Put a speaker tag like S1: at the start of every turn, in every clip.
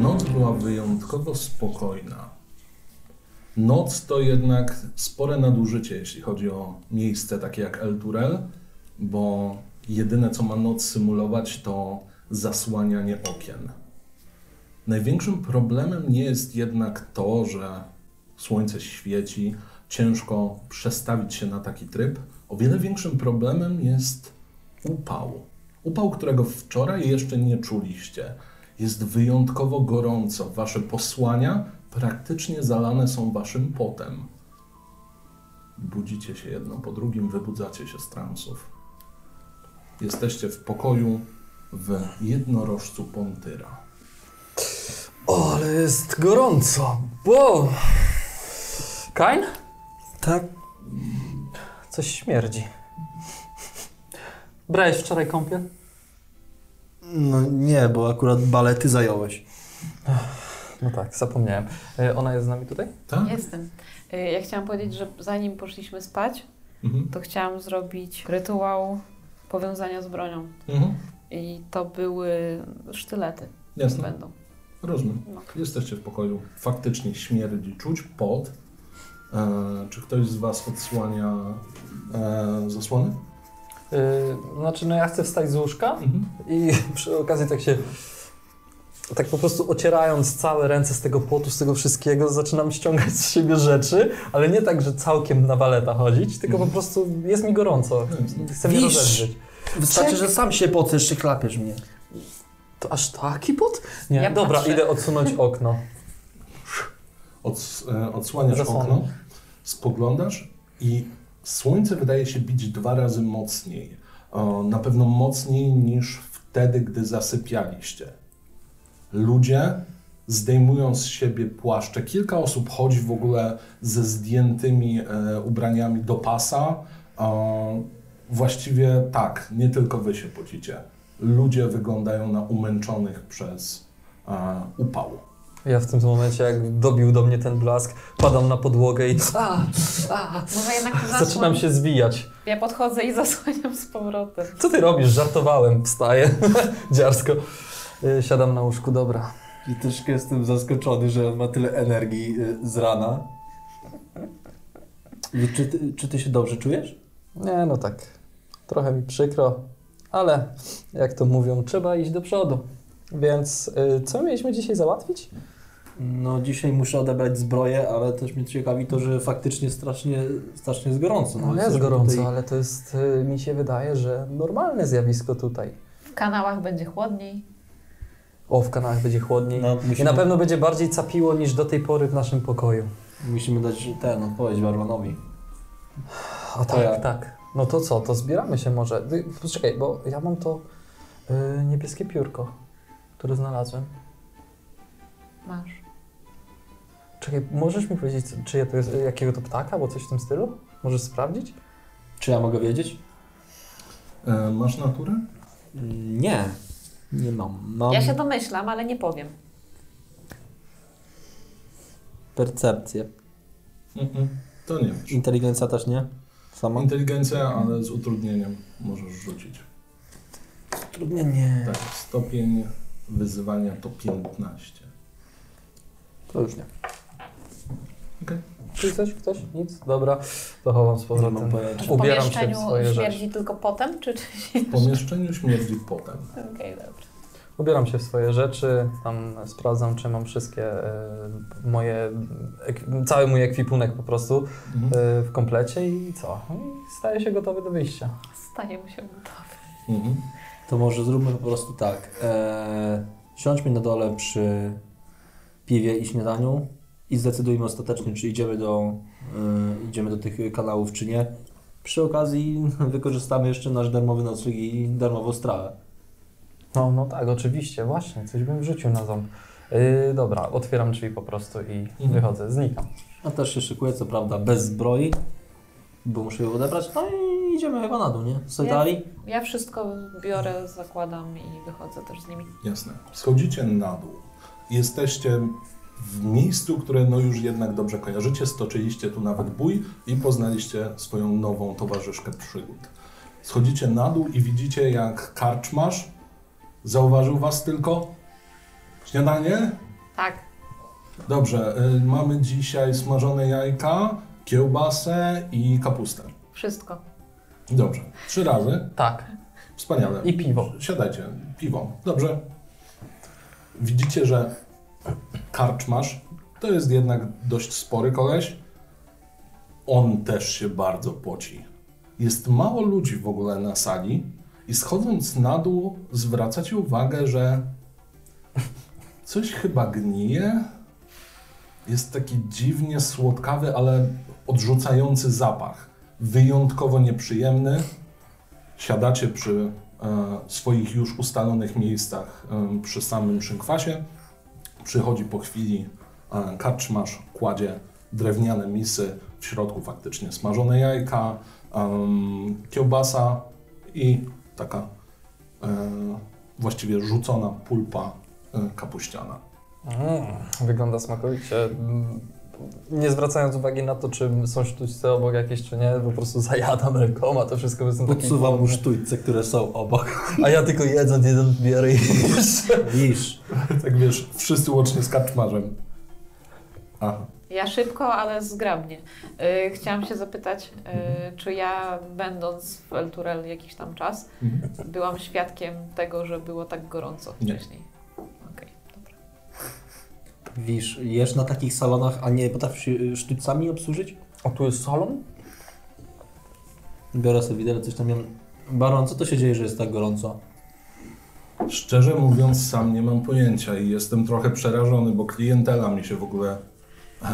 S1: Noc była wyjątkowo spokojna. Noc to jednak spore nadużycie, jeśli chodzi o miejsce takie jak Eldurel, bo jedyne co ma noc symulować to zasłanianie okien. Największym problemem nie jest jednak to, że słońce świeci, ciężko przestawić się na taki tryb. O wiele większym problemem jest upał. Upał, którego wczoraj jeszcze nie czuliście. Jest wyjątkowo gorąco. Wasze posłania praktycznie zalane są waszym potem. Budzicie się jedno po drugim, wybudzacie się z transów. Jesteście w pokoju w jednorożcu Pontyra.
S2: O, ale jest gorąco. Bo
S3: Kain?
S2: tak
S3: Coś śmierdzi. Brałeś wczoraj kąpiel?
S2: No nie, bo akurat balety zająłeś.
S3: No tak, zapomniałem. E, Ona jest z nami tutaj?
S1: Tak?
S4: Jestem. Y, Ja chciałam powiedzieć, że zanim poszliśmy spać,
S1: Mhm.
S4: to chciałam zrobić rytuał powiązania z bronią.
S1: Mhm.
S4: I to były sztylety.
S1: Jasne,
S4: Będą.
S1: rozumiem.
S4: No.
S1: Jesteście w pokoju. Faktycznie śmierdzi, czuć pot. E, czy ktoś z Was odsłania e, zasłony?
S3: Yy, znaczy, no ja chcę wstać z łóżka
S1: Mhm.
S3: i przy okazji tak się. Tak po prostu ocierając całe ręce z tego potu, z tego wszystkiego, zaczynam ściągać z siebie rzeczy, ale nie tak, że całkiem na waleta chodzić, tylko po prostu jest mi gorąco. Chcę mnie
S2: Wisz!
S3: rozedrzeć.
S2: Wystarczy,
S3: Czek-
S2: że sam się potysz, czy klapiesz mnie.
S3: To aż tak? taki pot? Nie,
S4: Ja
S3: dobra,
S4: patrzę.
S3: idę odsunąć okno.
S1: Ods, e, odsłaniasz
S3: Zasłony.
S1: okno, spoglądasz i słońce wydaje się bić dwa razy mocniej. O, na pewno mocniej niż wtedy, gdy zasypialiście. Ludzie zdejmują z siebie płaszcze. Kilka osób chodzi w ogóle ze zdjętymi e, ubraniami do pasa. O, właściwie tak, nie tylko wy się pocicie. Ludzie wyglądają na umęczonych przez e, upał.
S3: Ja w tym momencie, jak dobił do mnie ten blask, padam na podłogę i a, a,
S4: Może jednak to
S3: zaczynam
S4: zasłoń-
S3: się zwijać.
S4: Ja podchodzę i zasłaniam z powrotem.
S3: Co ty robisz? Żartowałem, wstaję, dziarsko. Y, Siadam na łóżku, dobra.
S5: I troszkę jestem zaskoczony, że on ma tyle energii y, z rana.
S2: I Czy ty, czy ty się dobrze czujesz?
S3: Nie, no tak, trochę mi przykro, ale jak to mówią, trzeba iść do przodu. Więc y, co mieliśmy dzisiaj załatwić?
S2: No dzisiaj muszę odebrać zbroję, ale też mnie ciekawi to, że faktycznie strasznie, strasznie jest gorąco.
S3: No jest
S2: jesteśmy
S3: gorąco,
S2: tutaj-
S3: ale to jest, y, mi się wydaje, że normalne zjawisko tutaj.
S4: W kanałach będzie chłodniej.
S3: O, w kanałach będzie chłodniej.
S2: No,
S3: I
S2: musimy,
S3: na pewno będzie bardziej capiło niż do tej pory w naszym pokoju.
S2: musimy dać ten odpowiedź Barmanowi.
S3: A
S2: To
S3: tak,
S2: ja.
S3: tak. No to co, to zbieramy się może. Ty, poczekaj, bo ja mam to y, niebieskie piórko, które znalazłem.
S4: Masz.
S3: Czekaj, możesz mi powiedzieć, co- czyje to jest, jakiego to ptaka, bo coś w tym stylu? Możesz sprawdzić?
S2: Czy ja mogę wiedzieć?
S1: E, masz naturę?
S2: Nie. Nie mam.
S3: No.
S2: Mam
S4: Ja się domyślam, ale nie powiem.
S2: percepcję.
S1: To nie wiesz.
S2: Inteligencja też nie? Sama?
S1: Inteligencja, ale z utrudnieniem możesz rzucić.
S2: Trudnie nie.
S1: Tak, stopień wyzywania to 15.
S2: To już nie.
S3: Czy coś, ktoś? Nic? Dobra, to chowam z
S2: Nie mam
S3: powrotem.
S2: pojęcia.
S4: W
S3: Ubieram się w
S4: pomieszczeniu
S3: swoje
S4: śmierdzi
S3: rzeczy.
S4: tylko potem, czy czy
S1: W pomieszczeniu śmierdzi potem.
S4: Okej, dobra.
S3: Ubieram się w swoje rzeczy, tam sprawdzam, czy mam wszystkie e, moje, ek- cały mój ekwipunek po prostu e,
S1: Mhm.
S3: w komplecie i co? I staję się gotowy do wyjścia.
S4: Staje mu się gotowy.
S1: Mhm.
S2: To może zróbmy po prostu tak. Eee, siądźmy na dole przy piwie i śniadaniu i zdecydujmy ostatecznie, czy idziemy do, e, idziemy do tych kanałów, czy nie. Przy okazji wykorzystamy jeszcze nasz darmowy nocleg i darmową strawę.
S3: No, no tak, oczywiście, właśnie, coś bym wrzucił na ząb. Yy, dobra, otwieram drzwi po prostu i wychodzę, znikam.
S2: A też się szykuję, co prawda, bez zbroi, bo muszę ją odebrać. No i idziemy chyba na dół, nie? Sojtali?
S4: Ja wszystko biorę, zakładam i wychodzę też z nimi.
S1: Jasne. Schodzicie na dół. Jesteście w miejscu, które no już jednak dobrze kojarzycie. Stoczyliście tu nawet bój i poznaliście swoją nową towarzyszkę przygód. Schodzicie na dół i widzicie, jak karczmarz zauważył was tylko. Śniadanie?
S4: Tak.
S1: Dobrze, y, mamy dzisiaj smażone jajka, kiełbasę i kapustę.
S4: Wszystko.
S1: Dobrze, trzy razy.
S3: Tak.
S1: Wspaniale.
S3: I piwo.
S1: Siadajcie, piwo. Dobrze. Widzicie, że karczmasz to jest jednak dość spory koleś. On też się bardzo poci. Jest mało ludzi w ogóle na sali i schodząc na dół zwracacie uwagę, że coś chyba gnije. Jest taki dziwnie słodkawy, ale odrzucający zapach. Wyjątkowo nieprzyjemny. Siadacie przy e, swoich już ustalonych miejscach e, przy samym szynkwasie. Przychodzi po chwili e, karczmarz, kładzie drewniane misy, w środku faktycznie smażone jajka, em, kiełbasa i taka e, właściwie rzucona pulpa e, kapuściana.
S3: Mm, wygląda smakowicie. Mm, Nie zwracając uwagi na to, czy są sztućce obok jakieś, czy nie, po prostu zajadam rękoma to wszystko, bo jestem taki
S2: Podsuwam mu
S3: głodny.
S2: sztućce, które są obok.
S3: A ja tylko jedząc jeden biorę i
S2: Wisz.
S1: Tak wiesz, wszyscy łącznie z karczmarzem. Aha.
S4: Ja szybko, ale zgrabnie. Yy, chciałam się zapytać, yy, czy ja będąc w El Turel jakiś tam czas,
S1: Mhm.
S4: byłam świadkiem tego, że było tak gorąco
S1: Nie.
S4: wcześniej. Okej, dobra.
S2: Wisz, jesz na takich salonach, a nie potrafisz się sztućcami obsłużyć?
S3: A tu jest salon?
S2: Biorę sobie widelec, coś tam jem. Baron, co to się dzieje, że jest tak gorąco?
S1: Szczerze mówiąc, sam nie mam pojęcia i jestem trochę przerażony, bo klientela mi się w ogóle e,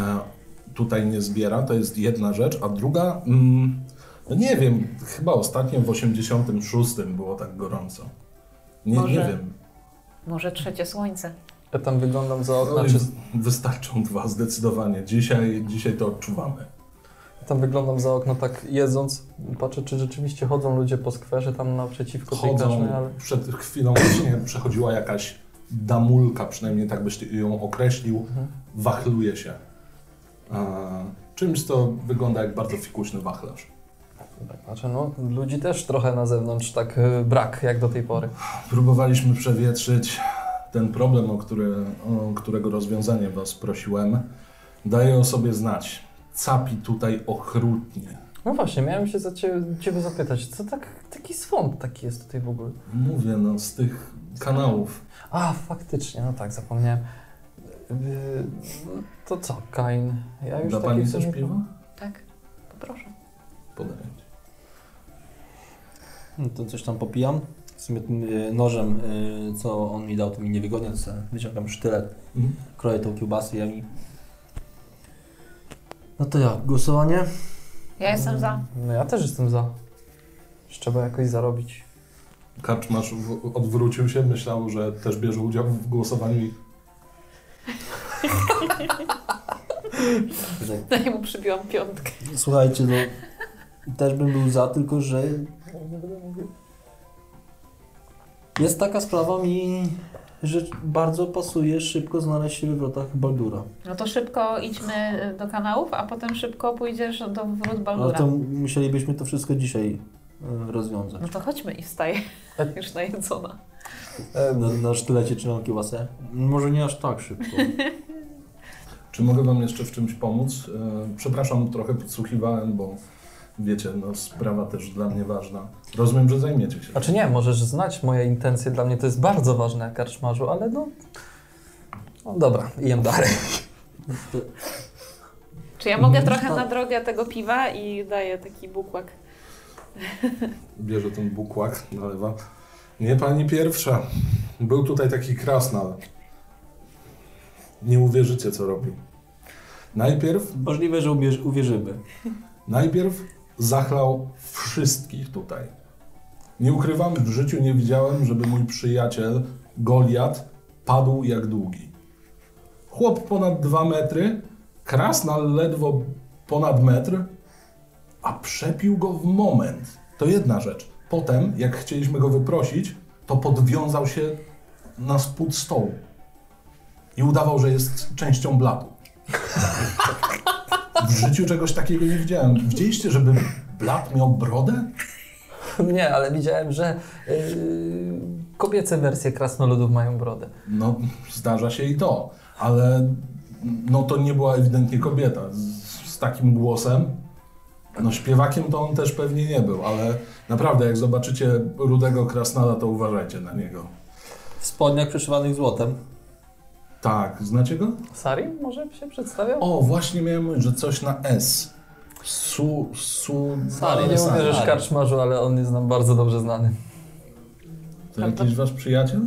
S1: tutaj nie zbiera. To jest jedna rzecz, a druga, mm, no nie wiem, chyba ostatnio w 86 było tak gorąco. Nie, nie
S4: Może.
S1: wiem.
S4: Może trzecie słońce.
S3: Ja tam wyglądam za znaczy,
S1: No
S3: oknem,
S1: i
S3: czy,
S1: Wystarczą dwa zdecydowanie. Dzisiaj, dzisiaj to odczuwamy.
S3: tam wyglądam za okno tak jedząc, patrzę czy rzeczywiście chodzą ludzie po skwerze tam naprzeciwko tej
S1: Chodzą,
S3: karczmy, ale...
S1: przed chwilą właśnie przechodziła jakaś damulka, przynajmniej tak byś ty ją określił,
S3: Mhm.
S1: wachluje się. E, czymś to wygląda jak bardzo fikuśny wachlarz.
S3: Tak patrzę, no ludzi też trochę na zewnątrz tak y, brak jak do tej pory.
S1: Próbowaliśmy przewietrzyć ten problem, o, który, o którego rozwiązanie was prosiłem. Daję o sobie znać. Capi tutaj okrutnie.
S3: No właśnie, miałem się za ciebie, ciebie zapytać, co tak, taki swąd taki jest tutaj w ogóle?
S1: Mówię, no z tych kanałów.
S3: A, faktycznie, no tak, zapomniałem. Yy, To co, Kain? Ja już
S1: Da
S3: taki w
S1: pani
S3: sumie-
S1: też piwa?
S4: Tak, poproszę.
S1: Podaję ci.
S2: No to coś tam popijam. W sumie tym y, nożem, y, co on mi dał, to mi niewygodnie, to sobie wyciągam sztylet,
S1: Mhm.
S2: kroję tą kiełbasę i ja mi... No to jak, głosowanie?
S4: Ja jestem za.
S3: No ja też jestem za. Jeszcze Trzeba jakoś zarobić.
S1: Karczmarz w- odwrócił się, myślał, że też bierze udział w głosowaniu i
S4: No i mu przybiłam piątkę.
S2: Słuchajcie, no też bym był za, tylko że jest taka sprawa mi, że bardzo pasuje szybko znaleźć się w wywrotach Baldura.
S4: No to szybko idźmy y, do kanałów, a potem szybko pójdziesz do wrót
S2: Ale
S4: Baldura.
S2: to musielibyśmy to wszystko dzisiaj y, rozwiązać.
S4: No to chodźmy i wstaję.
S3: E-
S4: Już najedzona.
S3: E,
S2: Na, na sztylecie trzymam kiełbasę? Może nie aż tak szybko.
S1: czy mogę wam jeszcze w czymś pomóc? E, Przepraszam, trochę podsłuchiwałem, bo wiecie, no sprawa też dla mnie ważna. Rozumiem, że zajmiecie się.
S3: Znaczy nie, możesz znać moje intencje, dla mnie to jest bardzo ważne, karczmarzu, ale no... No dobra, jem dalej.
S4: Czy ja mogę
S2: No,
S4: trochę
S2: to-
S4: na drogę tego piwa i daję taki bukłak?
S1: Bierze ten bukłak, nalewa. Nie pani pierwsza. Był tutaj taki krasnal. Nie uwierzycie, co robił. Najpierw,
S2: Możliwe, że uwierz, uwierzymy.
S1: najpierw zachlał wszystkich tutaj. Nie ukrywam, w życiu nie widziałem, żeby mój przyjaciel Goliat padł jak długi. Chłop ponad dwa metry, krasnal ledwo ponad metr, a przepił go w moment. To jedna rzecz. Potem, jak chcieliśmy go wyprosić, to podwiązał się na spód stołu i udawał, że jest częścią blatu. W życiu czegoś takiego nie widziałem. Widzieliście, żeby blat miał brodę?
S3: Nie, ale widziałem, że yy, Kobiece wersje krasnoludów mają brodę.
S1: No, zdarza się i to, ale no to nie była ewidentnie kobieta z, z takim głosem. No śpiewakiem to on też pewnie nie był, ale naprawdę jak zobaczycie rudego krasnala, to uważajcie na niego.
S2: W spodniach przeszywanych złotem.
S1: Tak, znacie go?
S3: Sari może się przedstawiał?
S1: O, właśnie miałem mówić, że coś na S. Su, su...
S2: Sari.
S3: No, nie
S1: Sari.
S3: uwierzysz
S2: Sari.
S3: karczmarzu, ale on jest nam bardzo dobrze znany.
S1: To jakiś wasz przyjaciel?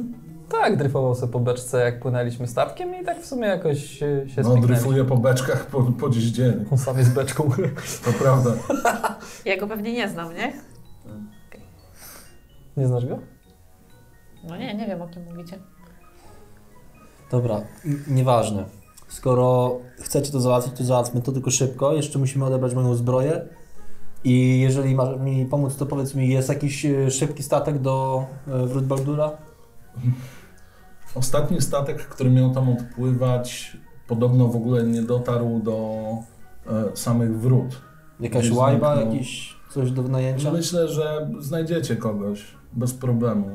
S3: Tak, dryfował sobie po beczce, jak płynęliśmy statkiem i tak w sumie jakoś e, się
S1: No,
S3: spiknęliśmy.
S1: dryfuje po beczkach po, po dziś dzień,
S3: On sam jest beczką.
S1: to prawda.
S4: Ja go pewnie nie znam, nie?
S3: Nie znasz go?
S4: No nie, nie wiem o kim mówicie.
S2: Dobra, n- nieważne. Skoro chcecie to załatwić, to załatwmy to tylko szybko. Jeszcze musimy odebrać moją zbroję. I jeżeli masz mi pomóc, to powiedz mi, jest jakiś e, szybki statek do e, Wrót Baldura?
S1: Ostatni statek, który miał tam odpływać, podobno w ogóle nie dotarł do e, samych wrót.
S2: Jakaś
S1: Nie
S2: łajba,
S1: zniknął.
S2: jakiś coś do wynajęcia?
S1: Myślę, że znajdziecie kogoś bez problemu.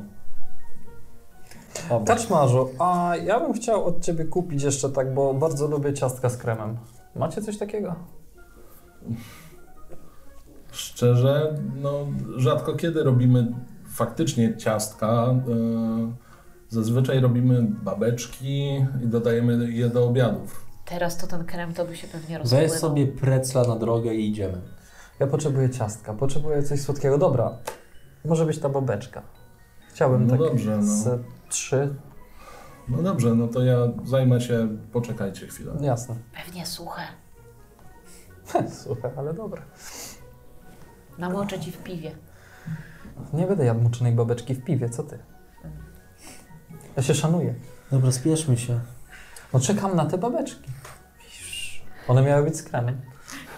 S2: Oby.
S3: Karczmarzu, a ja bym chciał od ciebie kupić jeszcze tak, bo bardzo lubię ciastka z kremem. Macie coś takiego?
S1: Szczerze, no rzadko kiedy robimy faktycznie ciastka. e, Zazwyczaj robimy babeczki i dodajemy je do obiadów.
S4: Teraz to ten krem to by się pewnie rozpłynął.
S2: Weź sobie precla na drogę i idziemy.
S3: Ja potrzebuję ciastka, potrzebuję coś słodkiego. Dobra, może być ta bobeczka. Chciałbym
S1: No
S3: tak
S1: dobrze, no.
S3: z trzy.
S1: No dobrze, no to ja zajmę się, poczekajcie chwilę.
S3: Jasne.
S4: Pewnie suche.
S3: Słuchaj, ale dobra.
S4: Namoczę ci w piwie.
S3: Nie będę jadł moczonej babeczki w piwie, co ty? Ja się szanuję.
S2: Dobra, spieszmy się.
S3: No czekam na te babeczki. Wisz. One miały być z kremem.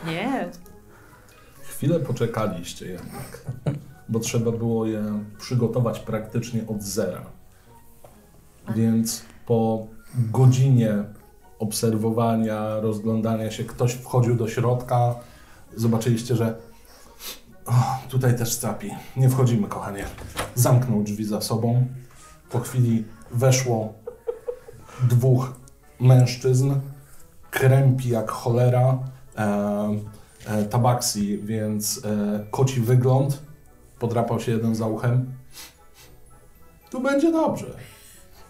S4: Nie,
S1: Chwilę poczekaliście jednak, bo trzeba było je przygotować praktycznie od zera. Więc po godzinie obserwowania, rozglądania się, ktoś wchodził do środka, zobaczyliście, że o, tutaj też capi. Nie wchodzimy, kochanie. Zamknął drzwi za sobą. Po chwili weszło dwóch mężczyzn, krępi jak cholera. E, e, tabaksi, więc e, koci wygląd. Podrapał się jeden za uchem. Tu będzie dobrze.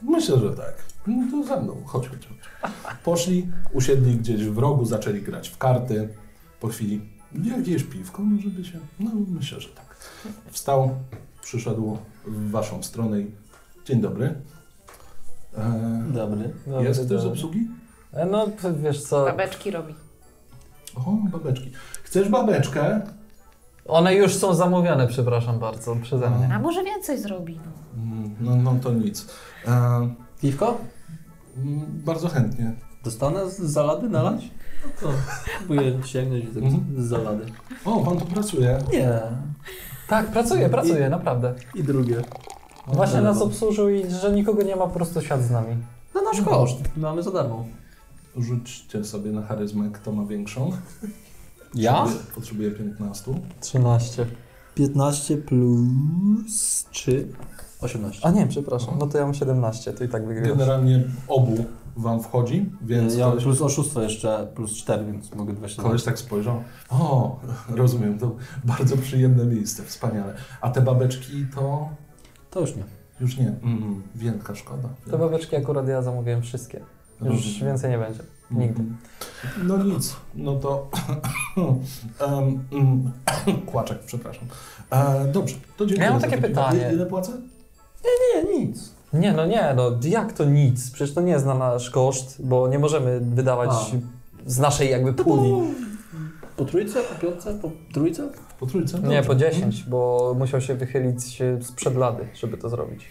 S1: Myślę, że tak. No to ze mną, chodź, chodź, chodź. Poszli, usiedli gdzieś w rogu, zaczęli grać w karty. Po chwili, jakieś piwko może by się... No myślę, że tak. Wstał, przyszedł w waszą stronę i dzień dobry. E,
S2: Dobry.
S3: Dobry,
S1: jest ktoś z
S3: dobry.
S1: obsługi?
S3: E, No p- wiesz co,
S4: babeczki robi.
S1: O, babeczki. Chcesz babeczkę?
S3: one już są zamówione, przepraszam bardzo, przeze mnie.
S4: A może więcej zrobi? No.
S1: Mm, No, no to nic. E,
S2: Piwko?
S1: Mm, Bardzo chętnie.
S2: Dostanę z zalady nalać? No to próbuję sięgnąć do
S1: Mhm.
S2: z zalady.
S1: O, pan tu pracuje.
S2: Nie.
S3: Tak, pracuję, pracuję, naprawdę. No
S2: I drugie.
S3: Właśnie
S2: Dobra.
S3: nas obsłużył i że nikogo nie ma, po prostu siadł z nami.
S2: Na nasz koszt. Mamy No, za darmo.
S1: Rzućcie sobie na charyzmę, kto ma większą. Potrzebuję- Potrzebuję 15.
S3: 13.
S2: 15 plus 3. 18.
S3: A nie, przepraszam, no to ja mam 17, to i tak wygrywasz.
S1: Generalnie obu wam wchodzi, więc
S2: ja
S1: koleś,
S2: plus oszustwo jeszcze, plus 4, więc mogę 20.
S1: koleś tak spojrzał. O, rozumiem, to bardzo przyjemne miejsce, wspaniale. A te babeczki to
S2: To już nie.
S1: już nie. Mm, wielka szkoda.
S3: Te babeczki akurat ja zamówiłem wszystkie. Już
S1: Rozumiem.
S3: więcej nie będzie. Nigdy.
S1: No nic, no to. Em, mm, kłaczek, przepraszam. E, dobrze, to dziękuję.
S3: mam
S1: za
S3: takie
S1: to piwo.
S3: pytanie.
S1: Ile płacę?
S2: Nie, nic.
S3: Nie, no nie, no jak to nic? Przecież to nie jest na nasz koszt, bo nie możemy wydawać
S2: A.
S3: z naszej jakby puli.
S2: Po trójce, po piątce, po trójce?
S1: Po trójce?
S3: Nie,
S1: Dobrze.
S3: po 10, bo musiał się wychylić e, sprzed lady, żeby to zrobić.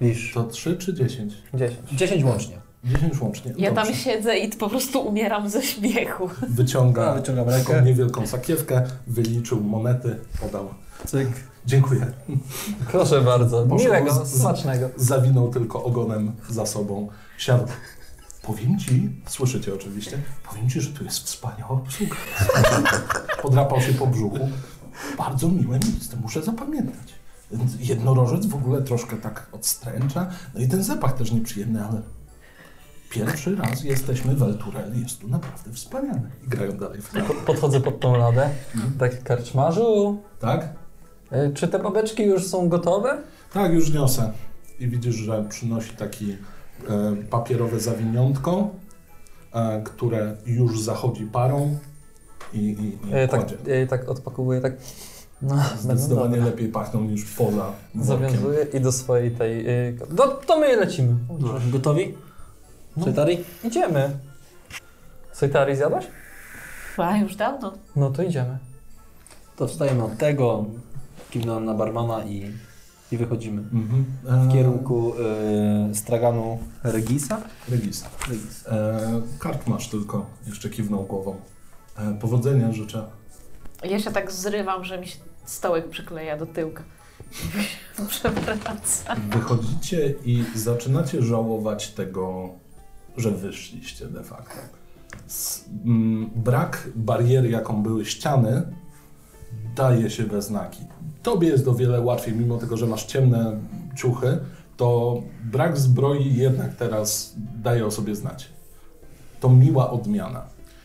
S2: Wiesz.
S1: To 3 czy 10?
S3: 10.
S2: 10 łącznie.
S1: 10 łącznie.
S4: Ja tam
S1: Dobrze.
S4: siedzę i po prostu umieram ze śmiechu.
S1: Wyciąga
S2: A, wyciągam
S1: taką
S2: rękę.
S1: niewielką sakiewkę, wyliczył monety, podał.
S2: Cyk.
S1: Dziękuję.
S3: Proszę bardzo,
S1: Boże,
S3: miłego,
S1: bo z-
S3: smacznego.
S1: Zawinął tylko ogonem za sobą. Siadł. Powiem ci, słyszycie oczywiście, powiem ci, że tu jest wspaniała obsługa. Podrapał się po brzuchu. Bardzo miłe miejsce, muszę zapamiętać. Jednorożec w ogóle troszkę tak odstręcza. No i ten zapach też nieprzyjemny, ale pierwszy raz jesteśmy w Elturel i jest tu naprawdę wspaniale. I grają dalej w
S3: Tak.
S1: kart.
S3: Podchodzę pod tą ladę.
S1: Mhm.
S3: Tak, karczmarzu,
S1: Tak?
S3: y, czy te babeczki już są gotowe?
S1: Tak, już niosę. I widzisz, że przynosi taki e, papierowe zawiniątko, e, które już zachodzi parą i, i, i
S3: Y, tak,
S1: kładzie.
S3: ja je tak odpakowuję, tak. No, będą
S1: Zdecydowanie
S3: dobre.
S1: lepiej pachną niż poza workiem.
S3: Zawiązuję i do swojej tej. y, No to my lecimy.
S2: No. Gotowi?
S3: No.
S2: Czytari?
S3: Idziemy. Sojtari zjadłaś?
S4: A, już dawno.
S3: No to idziemy.
S2: To wstajemy od tego, kiwnąłem na barmana i, i wychodzimy.
S1: Mhm.
S2: W
S1: E,
S2: kierunku y, straganu Regisa?
S1: Regis.
S2: Regisa.
S1: E, kart masz tylko, jeszcze kiwnął głową. E, powodzenia życzę.
S4: Ja się tak zrywam, że mi się stołek przykleja do tyłka. Przewraca.
S1: Wychodzicie i zaczynacie żałować tego, że wyszliście de facto. S- mm, Brak bariery, jaką były ściany, daje się we znaki. Tobie jest o wiele łatwiej, mimo tego, że masz ciemne ciuchy, to brak zbroi jednak teraz daje o sobie znać. To miła odmiana.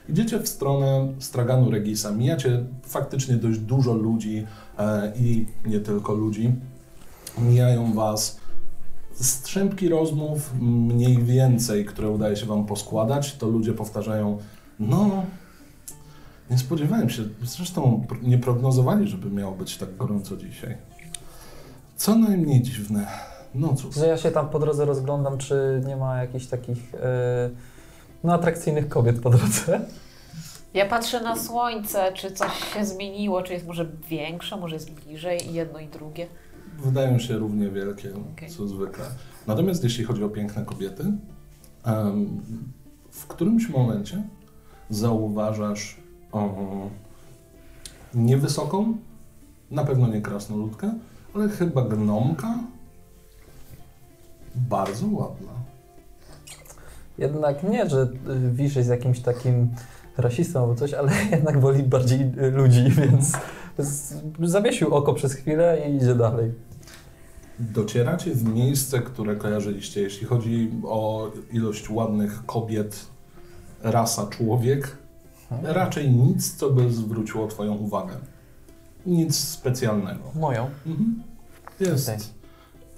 S1: Idziecie w stronę straganu Regisa, mijacie faktycznie dość dużo ludzi e, i nie tylko ludzi mijają Was strzępki rozmów, mniej więcej, które udaje się Wam poskładać, to ludzie powtarzają, no, nie spodziewałem się, zresztą pr- nie prognozowali, żeby miało być tak gorąco dzisiaj. Co najmniej dziwne, no cóż,
S3: Że ja się tam po drodze rozglądam, czy nie ma jakichś takich. y, No, atrakcyjnych kobiet po drodze.
S4: Ja patrzę na słońce, czy coś się zmieniło, czy jest może większe, może jest bliżej i jedno i drugie.
S1: wydają się równie wielkie,
S4: Okej.
S1: co zwykle. Natomiast jeśli chodzi o piękne kobiety, em, w którymś momencie zauważasz o, niewysoką, na pewno nie krasnoludkę, ale chyba gnomka, bardzo ładna.
S3: Jednak nie, że y, Wisz jest jakimś takim rasistą albo coś, ale jednak woli bardziej y, ludzi, więc z- zawiesił oko przez chwilę i idzie dalej.
S1: Docieracie w miejsce, które kojarzyliście. Jeśli chodzi o ilość ładnych kobiet, rasa człowiek, raczej nic, co by zwróciło Twoją uwagę. Nic specjalnego.
S3: Moją.
S1: Mhm. Jest
S3: Okej.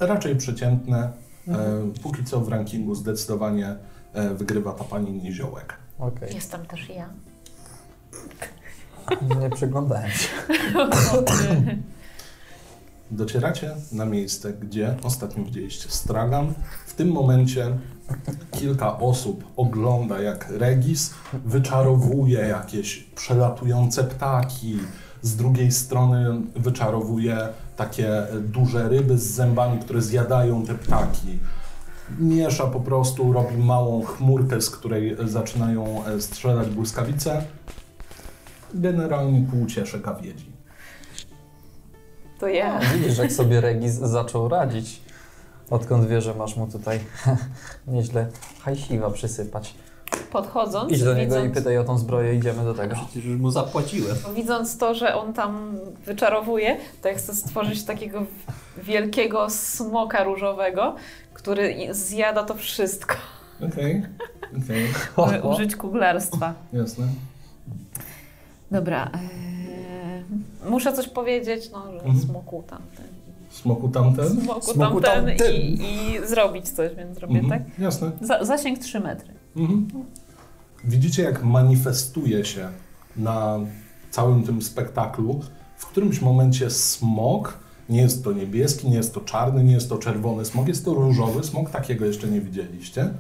S1: raczej przeciętne. E, póki co w rankingu zdecydowanie e, wygrywa ta pani Niziołek.
S3: Okej.
S4: Jestem też ja.
S3: Nie przeglądałem się.
S1: Docieracie na miejsce, gdzie ostatnio widzieliście stragan. W tym momencie kilka osób ogląda, jak Regis wyczarowuje jakieś przelatujące ptaki. Z drugiej strony wyczarowuje takie duże ryby z zębami, które zjadają te ptaki. Miesza po prostu, robi małą chmurkę, z której zaczynają e, strzelać błyskawice. Generalnie pół cieszeka wiedzi.
S4: To ja.
S3: Widzisz, jak sobie Regis zaczął radzić. Odkąd wie, że masz mu tutaj nieźle hajsiwa przysypać.
S4: Podchodząc,
S3: Idź do niego i
S4: widząc,
S3: pytaj o tą zbroję, idziemy do tego.
S2: Przecież już mu zapłaciłem.
S4: widząc to, że on tam wyczarowuje, to ja chcę stworzyć takiego wielkiego smoka różowego, który i- zjada to wszystko.
S1: Okej, okej,
S4: Żeby użyć kuglarstwa.
S1: jasne.
S4: Dobra. eee, muszę coś powiedzieć, no, że
S1: Mhm. Tak?
S4: smoku tamten.
S1: Smoku tamten?
S4: Smoku,
S3: Smoku
S4: tamten,
S3: tamten.
S4: I, i zrobić coś, więc zrobię
S1: Mhm,
S4: tak.
S1: Jasne.
S4: Za, zasięg 3 metry.
S1: Mhm. Widzicie, jak manifestuje się na całym tym spektaklu. W którymś momencie smok, nie jest to niebieski, nie jest to czarny, nie jest to czerwony smok, jest to różowy smok, takiego jeszcze nie widzieliście.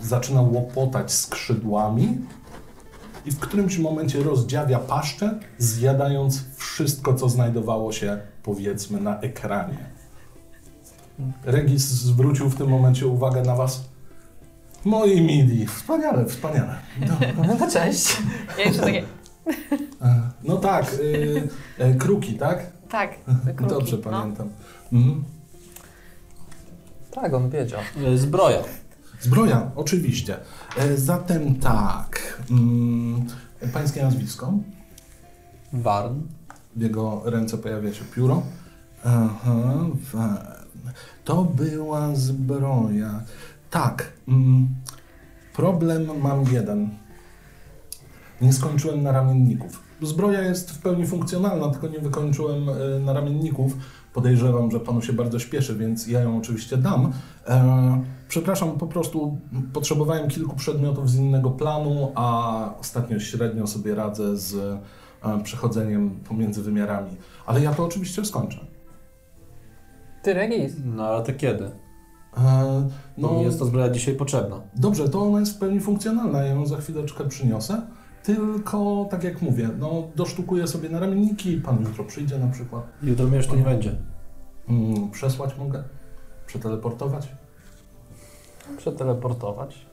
S1: Zaczyna łopotać skrzydłami i w którymś momencie rozdziawia paszczę, zjadając wszystko, co znajdowało się, powiedzmy, na ekranie. Regis zwrócił w tym momencie uwagę na was. Moi mili. Wspaniale, wspaniale. Dobra.
S3: No cześć.
S4: Ja jeszcze takie,
S1: E, No tak, y, e, kruki, tak?
S4: tak, kruki,
S1: Dobrze
S4: no.
S1: pamiętam. Mhm.
S3: Tak, on wiedział.
S2: Y, Zbroja.
S1: Zbroja, oczywiście. E, Zatem tak. mm, Pańskie nazwisko.
S2: Warn.
S1: W jego ręce pojawia się pióro. Aha, wa- to była zbroja. Tak. mm, Problem mam jeden. Nie skończyłem na ramienników. Zbroja jest w pełni funkcjonalna, tylko nie wykończyłem e, na ramienników. Podejrzewam, że panu się bardzo śpieszy, więc ja ją oczywiście dam. E, przepraszam, po prostu potrzebowałem kilku przedmiotów z innego planu, a ostatnio średnio sobie radzę z e, przechodzeniem pomiędzy wymiarami. Ale ja to oczywiście skończę.
S3: Ty, Regis.
S2: No ale to kiedy?
S1: E,
S2: No.
S1: no,
S2: Mi jest to zbroja dzisiaj potrzebna.
S1: dobrze, to ona jest w pełni funkcjonalna, ja ją za chwileczkę przyniosę. Tylko, tak jak mówię, no, dosztukuję sobie na ramienniki, pan jutro przyjdzie na przykład.
S2: Jutro mnie już tu nie będzie.
S1: Mm, przesłać mogę? Przeteleportować?
S3: Przeteleportować.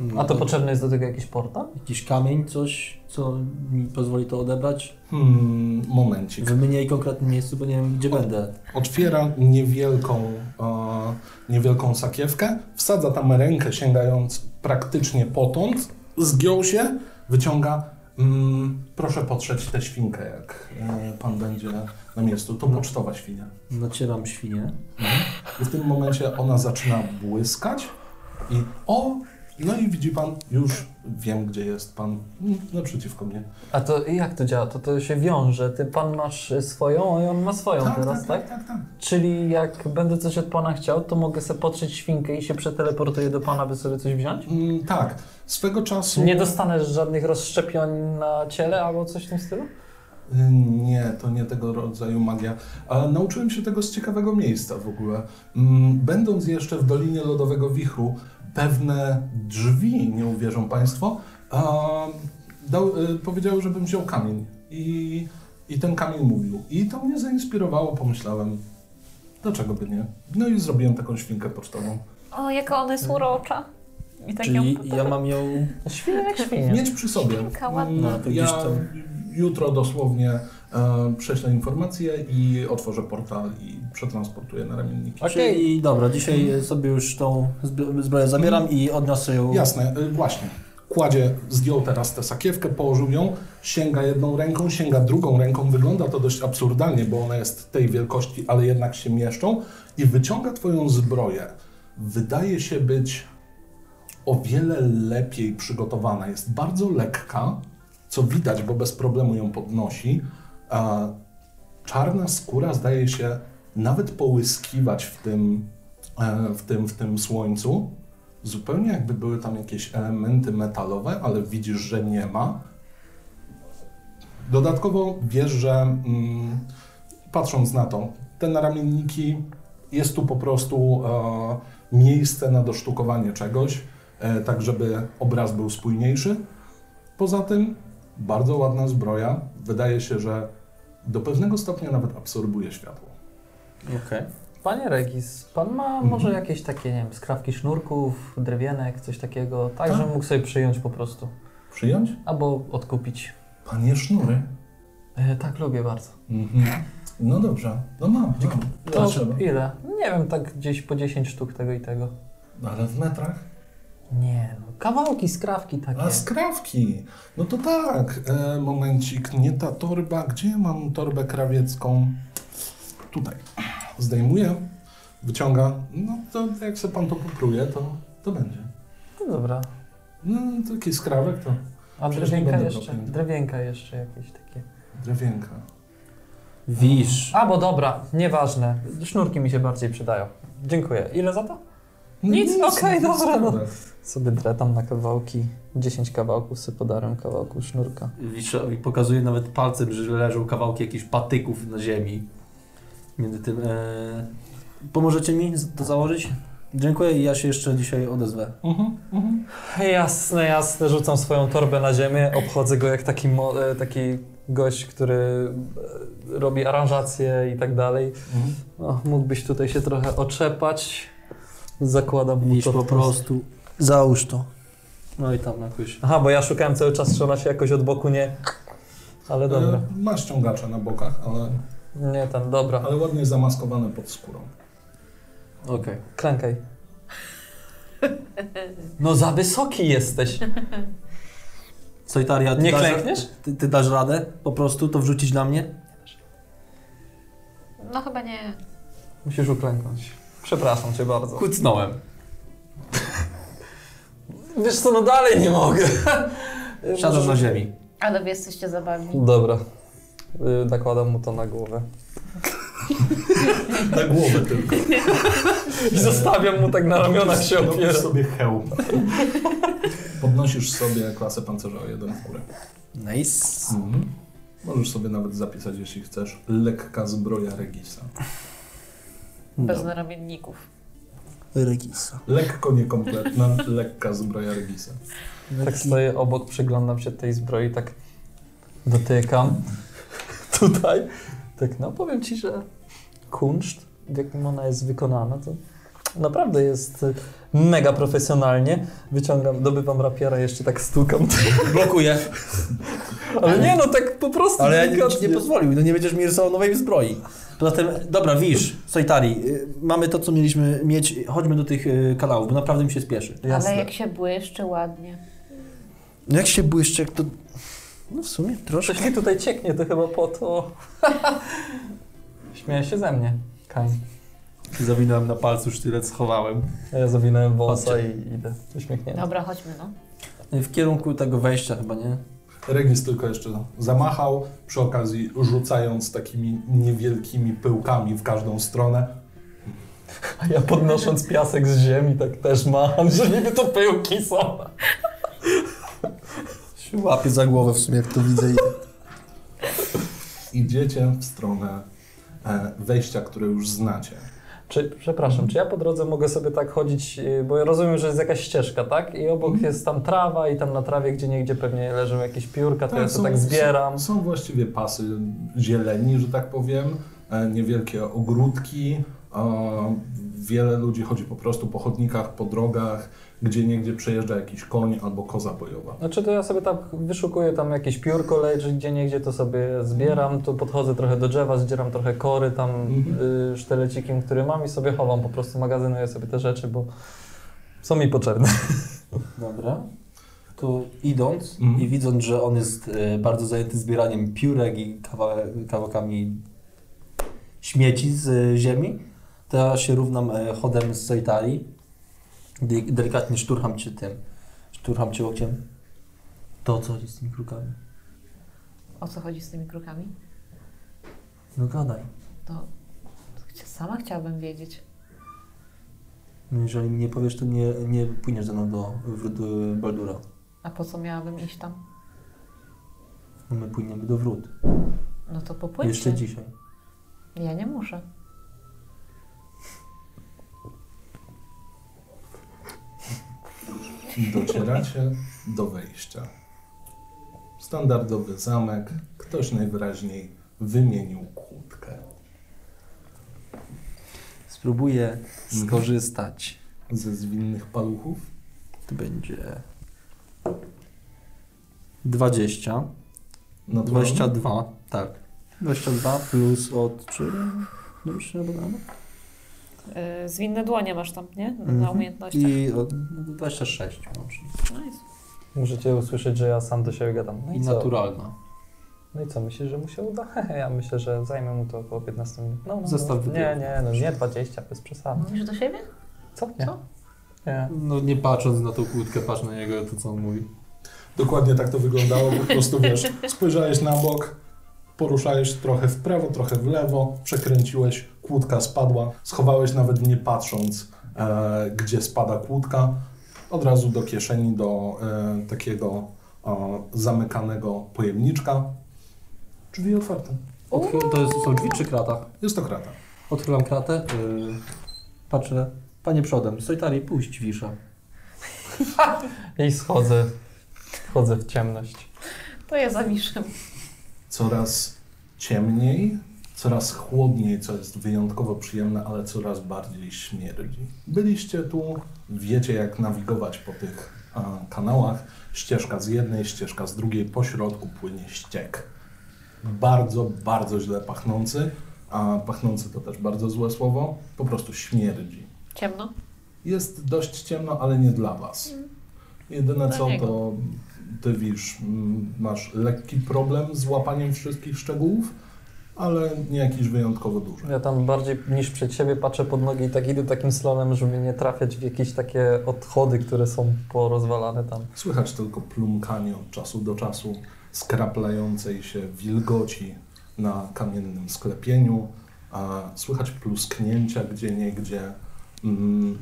S2: No
S1: Mm.
S3: A to potrzebny jest do tego jakiś portal?
S2: Jakiś kamień, coś, co mi pozwoli to odebrać.
S1: Hmm, momencik.
S2: W mniej konkretnym miejscu, bo nie wiem gdzie będę.
S1: Otwiera niewielką, e, niewielką sakiewkę, wsadza tam rękę sięgając praktycznie potąd, zgiął się, wyciąga. Mm, proszę potrzeć tę świnkę, jak e, pan będzie na miejscu. To pocztowa świnia.
S2: Nacieram świnię.
S1: I w tym momencie ona zaczyna błyskać i o, no i widzi pan, już wiem gdzie jest pan, Mm, naprzeciwko mnie.
S3: A to i jak to działa? To to się wiąże. Ty pan masz y, swoją, a on ma swoją teraz, tak?
S1: tak, tak.
S3: Czyli jak będę coś od pana chciał, to mogę sobie potrzeć świnkę i się przeteleportuję do pana, by sobie coś wziąć?
S1: Mm, tak, swego czasu...
S3: Nie dostanę żadnych rozszczepień na ciele albo coś w tym stylu?
S1: Y, Nie, to nie tego rodzaju magia. Ale nauczyłem się tego z ciekawego miejsca w ogóle. Mm, Będąc jeszcze w Dolinie Lodowego Wichru, pewne drzwi, nie uwierzą Państwo, a, dał, y, powiedziały, żebym wziął kamień. I, I ten kamień mówił. I to mnie zainspirowało, pomyślałem, dlaczego by nie? No i zrobiłem taką świnkę pocztową.
S4: O, jaka ona jest urocza. I tak
S2: Czyli
S4: ją...
S2: ja mam ją...
S3: Świnia No, jak świnia.
S1: Mieć przy sobie.
S4: Świnka ładna.
S1: Mm,
S2: No, to
S1: ja
S2: gdzieś tam.
S1: jutro dosłownie e, prześlę informacje i otworzę portal i przetransportuję na ramienniki.
S2: Czyli dobra, dzisiaj sobie już tą zbro- zbroję zabieram i odniosę ją.
S1: Jasne, y, właśnie. Kładzie, zdjął teraz tę sakiewkę, położył ją, sięga jedną ręką, sięga drugą ręką. Wygląda to dość absurdalnie, bo ona jest tej wielkości, ale jednak się mieszczą. I wyciąga twoją zbroję. Wydaje się być o wiele lepiej przygotowana. Jest bardzo lekka, co widać, bo bez problemu ją podnosi. A czarna skóra zdaje się nawet połyskiwać w tym, e, w tym, w tym słońcu. Zupełnie jakby były tam jakieś elementy metalowe, ale widzisz, że nie ma. Dodatkowo wiesz, że mm, patrząc na to, te naramienniki jest tu po prostu e, miejsce na dosztukowanie czegoś, e, tak żeby obraz był spójniejszy. Poza tym bardzo ładna zbroja. Wydaje się, że do pewnego stopnia nawet absorbuje światło.
S2: Okej.
S3: Panie Regis, pan ma
S1: Mhm.
S3: może jakieś takie, nie wiem, skrawki sznurków, drewienek, coś takiego, tak,
S1: Tak.
S3: żebym mógł sobie przyjąć po prostu.
S1: Przyjąć?
S3: Albo odkupić.
S1: Panie sznury.
S3: E, tak, lubię bardzo.
S1: Mhm. No dobrze, no mam, mam.
S3: To
S1: Dlaczego?
S3: Znaczy, ile? Nie wiem, tak gdzieś po 10 sztuk tego i tego.
S1: Ale w metrach?
S3: Nie, no, kawałki, skrawki takie.
S1: A skrawki. No to tak. E, momencik, nie ta torba. Gdzie ja mam torbę krawiecką? Tutaj. Zdejmuję, wyciąga. No to jak se pan to popruje, to, to będzie.
S3: No dobra.
S1: No taki skrawek to
S3: A
S1: Przecież nie
S3: drewienka
S1: będę
S3: jeszcze?
S1: brał pieniędzy.
S3: Drewienka jeszcze jakieś takie.
S1: drewienka.
S2: Wisz.
S3: A, bo dobra, nieważne. Sznurki mi się bardziej przydają. Dziękuję. Ile za to? Nic, okej,
S1: no,
S3: dobra, no.
S1: skrawek.
S3: Sobie dretam na kawałki. 10 kawałków sobie podarłem kawałku sznurka.
S2: Wiszowi pokazuje nawet palcem, że leżą kawałki jakichś patyków na ziemi. Między tym... E... Pomożecie mi z- to założyć? Dziękuję i ja się jeszcze dzisiaj odezwę.
S1: Mhm, mhm.
S3: Jasne, jasne. Rzucam swoją torbę na ziemię, obchodzę go jak taki, mo- e, taki gość, który e, robi aranżacje i tak dalej.
S1: Mhm.
S3: No, mógłbyś tutaj się trochę oczepać. Zakładam mu
S2: Wisz
S3: to
S2: po prostu. Załóż to. No i tam jakoś...
S3: Aha, bo ja szukałem cały czas, czy ona się jakoś od boku nie... Ale No dobra.
S1: E, ma ściągacze na bokach, ale,
S3: Nie, tam, dobra.
S1: ale ładnie zamaskowane pod skórą.
S2: Okej.
S3: Klękaj. No za wysoki jesteś.
S2: Solitaria, ty
S3: Nie
S2: dasz,
S3: klękniesz?
S2: Ty, ty dasz radę po prostu to wrzucić na mnie?
S4: No chyba nie.
S3: Musisz uklęknąć. Przepraszam cię bardzo.
S5: Kucnąłem.
S3: Wiesz co, no dalej nie mogę.
S2: Siadasz na ziemi.
S4: Ale wy jesteście zabawni.
S3: Dobra. Y, Nakładam mu to na głowę.
S1: Na głowę tylko.
S3: I zostawiam mu tak na ramionach się
S6: Robisz
S3: opierać.
S6: sobie hełm.
S1: Podnosisz sobie klasę pancerza o jeden w górę.
S2: Nice.
S6: Mhm.
S1: Możesz sobie nawet zapisać, jeśli chcesz, lekka zbroja Regisa.
S4: Bez naramienników.
S2: Regisa.
S1: Lekko niekompletna, lekka zbroja Regisa.
S3: Tak stoję obok, przyglądam się tej zbroi, tak dotykam. Tutaj. Tak, no powiem ci, że kunszt, w jakim ona jest wykonana, to naprawdę jest y, mega profesjonalnie. Wyciągam, dobywam rapiera, jeszcze tak stukam.
S2: Blokuję.
S3: Ale nie no, tak po prostu
S2: Ale ja nie, ci
S3: delikatnie.
S2: nie pozwolił, no nie będziesz mi rysował nowej zbroi. Poza tym, dobra, wisz, Sojtari, y, mamy to, co mieliśmy mieć, chodźmy do tych y, kanałów, bo naprawdę mi się spieszy.
S3: Jasne.
S4: Ale jak się błyszczy ładnie.
S2: No jak się błyszczek, to... No w sumie troszkę.
S3: Coś mi tutaj cieknie, to chyba po to. Śmieje się ze mnie. Kain.
S5: Zawinąłem na palcu sztylet, schowałem.
S3: A Ja zawinąłem wąsa
S2: Chodźcie.
S3: i idę. Uśmiechnięty.
S4: Dobra, chodźmy no.
S2: W kierunku tego wejścia chyba, nie?
S1: Regis tylko jeszcze zamachał, przy okazji rzucając takimi niewielkimi pyłkami w każdą stronę.
S3: A ja podnosząc piasek z ziemi, tak też macham, że niby to pyłki są.
S2: Się łapię za głowę w sumie, jak to widzę.
S1: Idziecie w stronę e, wejścia, które już znacie.
S3: Czy, przepraszam, czy ja po drodze mogę sobie tak chodzić, y, bo ja rozumiem, że jest jakaś ścieżka, tak? I obok jest tam trawa i tam na trawie gdzie niegdzie pewnie leżą jakieś piórka, to ja to tak zbieram.
S1: Są, są właściwie pasy zieleni, że tak powiem, e, niewielkie ogródki. e, Wiele ludzi chodzi po prostu po chodnikach, po drogach, gdzie niegdzie przejeżdża jakiś koń albo koza bojowa.
S3: Znaczy to ja sobie tak wyszukuję tam jakieś piórko leży gdzie niegdzie, to sobie zbieram, to podchodzę trochę do drzewa, zdzieram trochę kory tam
S1: Mhm.
S3: y, sztylecikiem, który mam i sobie chowam, po prostu magazynuję sobie te rzeczy, bo są mi potrzebne.
S2: Dobra. To idąc
S1: Mhm.
S2: i widząc, że on jest y, bardzo zajęty zbieraniem piórek i kawa- kawałkami śmieci z y, ziemi, to ja się równam y, chodem z Sojtari. De- delikatnie szturcham cię tym. Szturcham cię łokciem. To co jest z tymi krukami?
S4: O co chodzi z tymi krukami?
S2: No gadaj.
S4: To chcia- sama chciałabym wiedzieć.
S2: No jeżeli mi nie powiesz, to nie, nie pójdziesz ze mną do wrót y, Baldura.
S4: A po co miałabym iść tam?
S2: No My płyniemy do wrót.
S4: No to popłyńcie.
S2: Jeszcze dzisiaj.
S4: Ja nie muszę.
S1: Docieracie do wejścia. Standardowy zamek. Ktoś najwyraźniej wymienił kłódkę.
S2: Spróbuję skorzystać.
S1: Ze zwinnych paluchów?
S2: To będzie 20.
S1: No to
S2: 22, tak. 22 plus od czy? No już nie dodamy.
S4: Yy, Zwinne dłonie masz tam, nie? Na
S2: Mhm.
S4: umiejętnościach. No
S2: I od 26 łącznie.
S4: Nice.
S3: Możecie usłyszeć, że ja sam do siebie gadam. No i,
S2: I
S3: co?
S2: naturalna.
S3: No i co, myślisz, że mu się uda? ja myślę, że zajmie mu to około 15 minut. No, no,
S2: Zestaw
S3: no. Nie,
S2: wypiłek.
S3: nie, no nie 20, bez przesady.
S4: Mówisz do siebie?
S3: Co? Nie.
S4: No. Co?
S3: Nie.
S5: No nie patrząc na tą kłódkę, patrz na jego, to co on mówi.
S1: Dokładnie tak to wyglądało, po prostu wiesz, spojrzałeś na bok, poruszałeś trochę w prawo, trochę w lewo, przekręciłeś, kłódka spadła, schowałeś nawet nie patrząc, e, gdzie spada kłódka, od razu do kieszeni, do e, takiego e, zamykanego pojemniczka. Drzwi otwarte.
S2: Odchyl, to jest, są drzwi czy krata?
S1: Jest to krata.
S2: Odchylam kratę. Yy, patrzę. Panie przodem, Sojtari, puść Wisza.
S3: I schodzę. Wchodzę w ciemność.
S4: To ja zawiszę.
S1: coraz ciemniej, coraz chłodniej, co jest wyjątkowo przyjemne, ale coraz bardziej śmierdzi. Byliście tu, wiecie jak nawigować po tych a, kanałach. Ścieżka z jednej, ścieżka z drugiej, po środku płynie ściek. Bardzo, bardzo źle pachnący, a pachnący to też bardzo złe słowo, po prostu śmierdzi.
S4: Ciemno?
S1: Jest dość ciemno, ale nie dla was. Jedyne
S4: Dla
S1: co
S4: niego.
S1: to ty wiesz, mm, masz lekki problem z łapaniem wszystkich szczegółów, ale nie jakiś wyjątkowo duży.
S3: Ja tam bardziej niż przed siebie patrzę pod nogi i tak idę takim slalomem, żeby nie trafiać w jakieś takie odchody, które są porozwalane tam.
S1: Słychać tylko plumkanie od czasu do czasu skraplającej się wilgoci na kamiennym sklepieniu, a słychać plusknięcia gdzie niegdzie. Mm,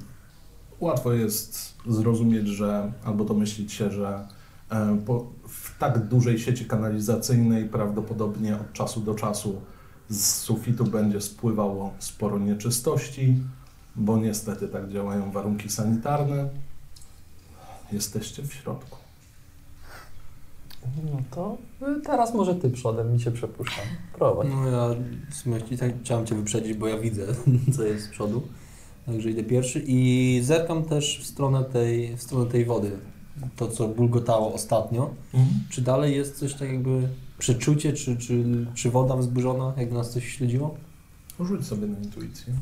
S1: łatwo jest zrozumieć, że albo domyślić się, że e, po, w tak dużej sieci kanalizacyjnej prawdopodobnie od czasu do czasu z sufitu będzie spływało sporo nieczystości, bo niestety tak działają warunki sanitarne. Jesteście w środku.
S3: No to y, teraz może ty przodem, mi się przepuszczam. Prowadź.
S2: No ja w sumie i tak chciałem Cię wyprzedzić, bo ja widzę, co jest z przodu. Także idę pierwszy i zerkam też w stronę tej, w stronę tej wody. To, co bulgotało ostatnio. Czy dalej jest coś tak jakby przeczucie, czy, czy, czy woda wzburzona, jakby nas coś śledziło?
S1: Rzuć sobie na intuicję.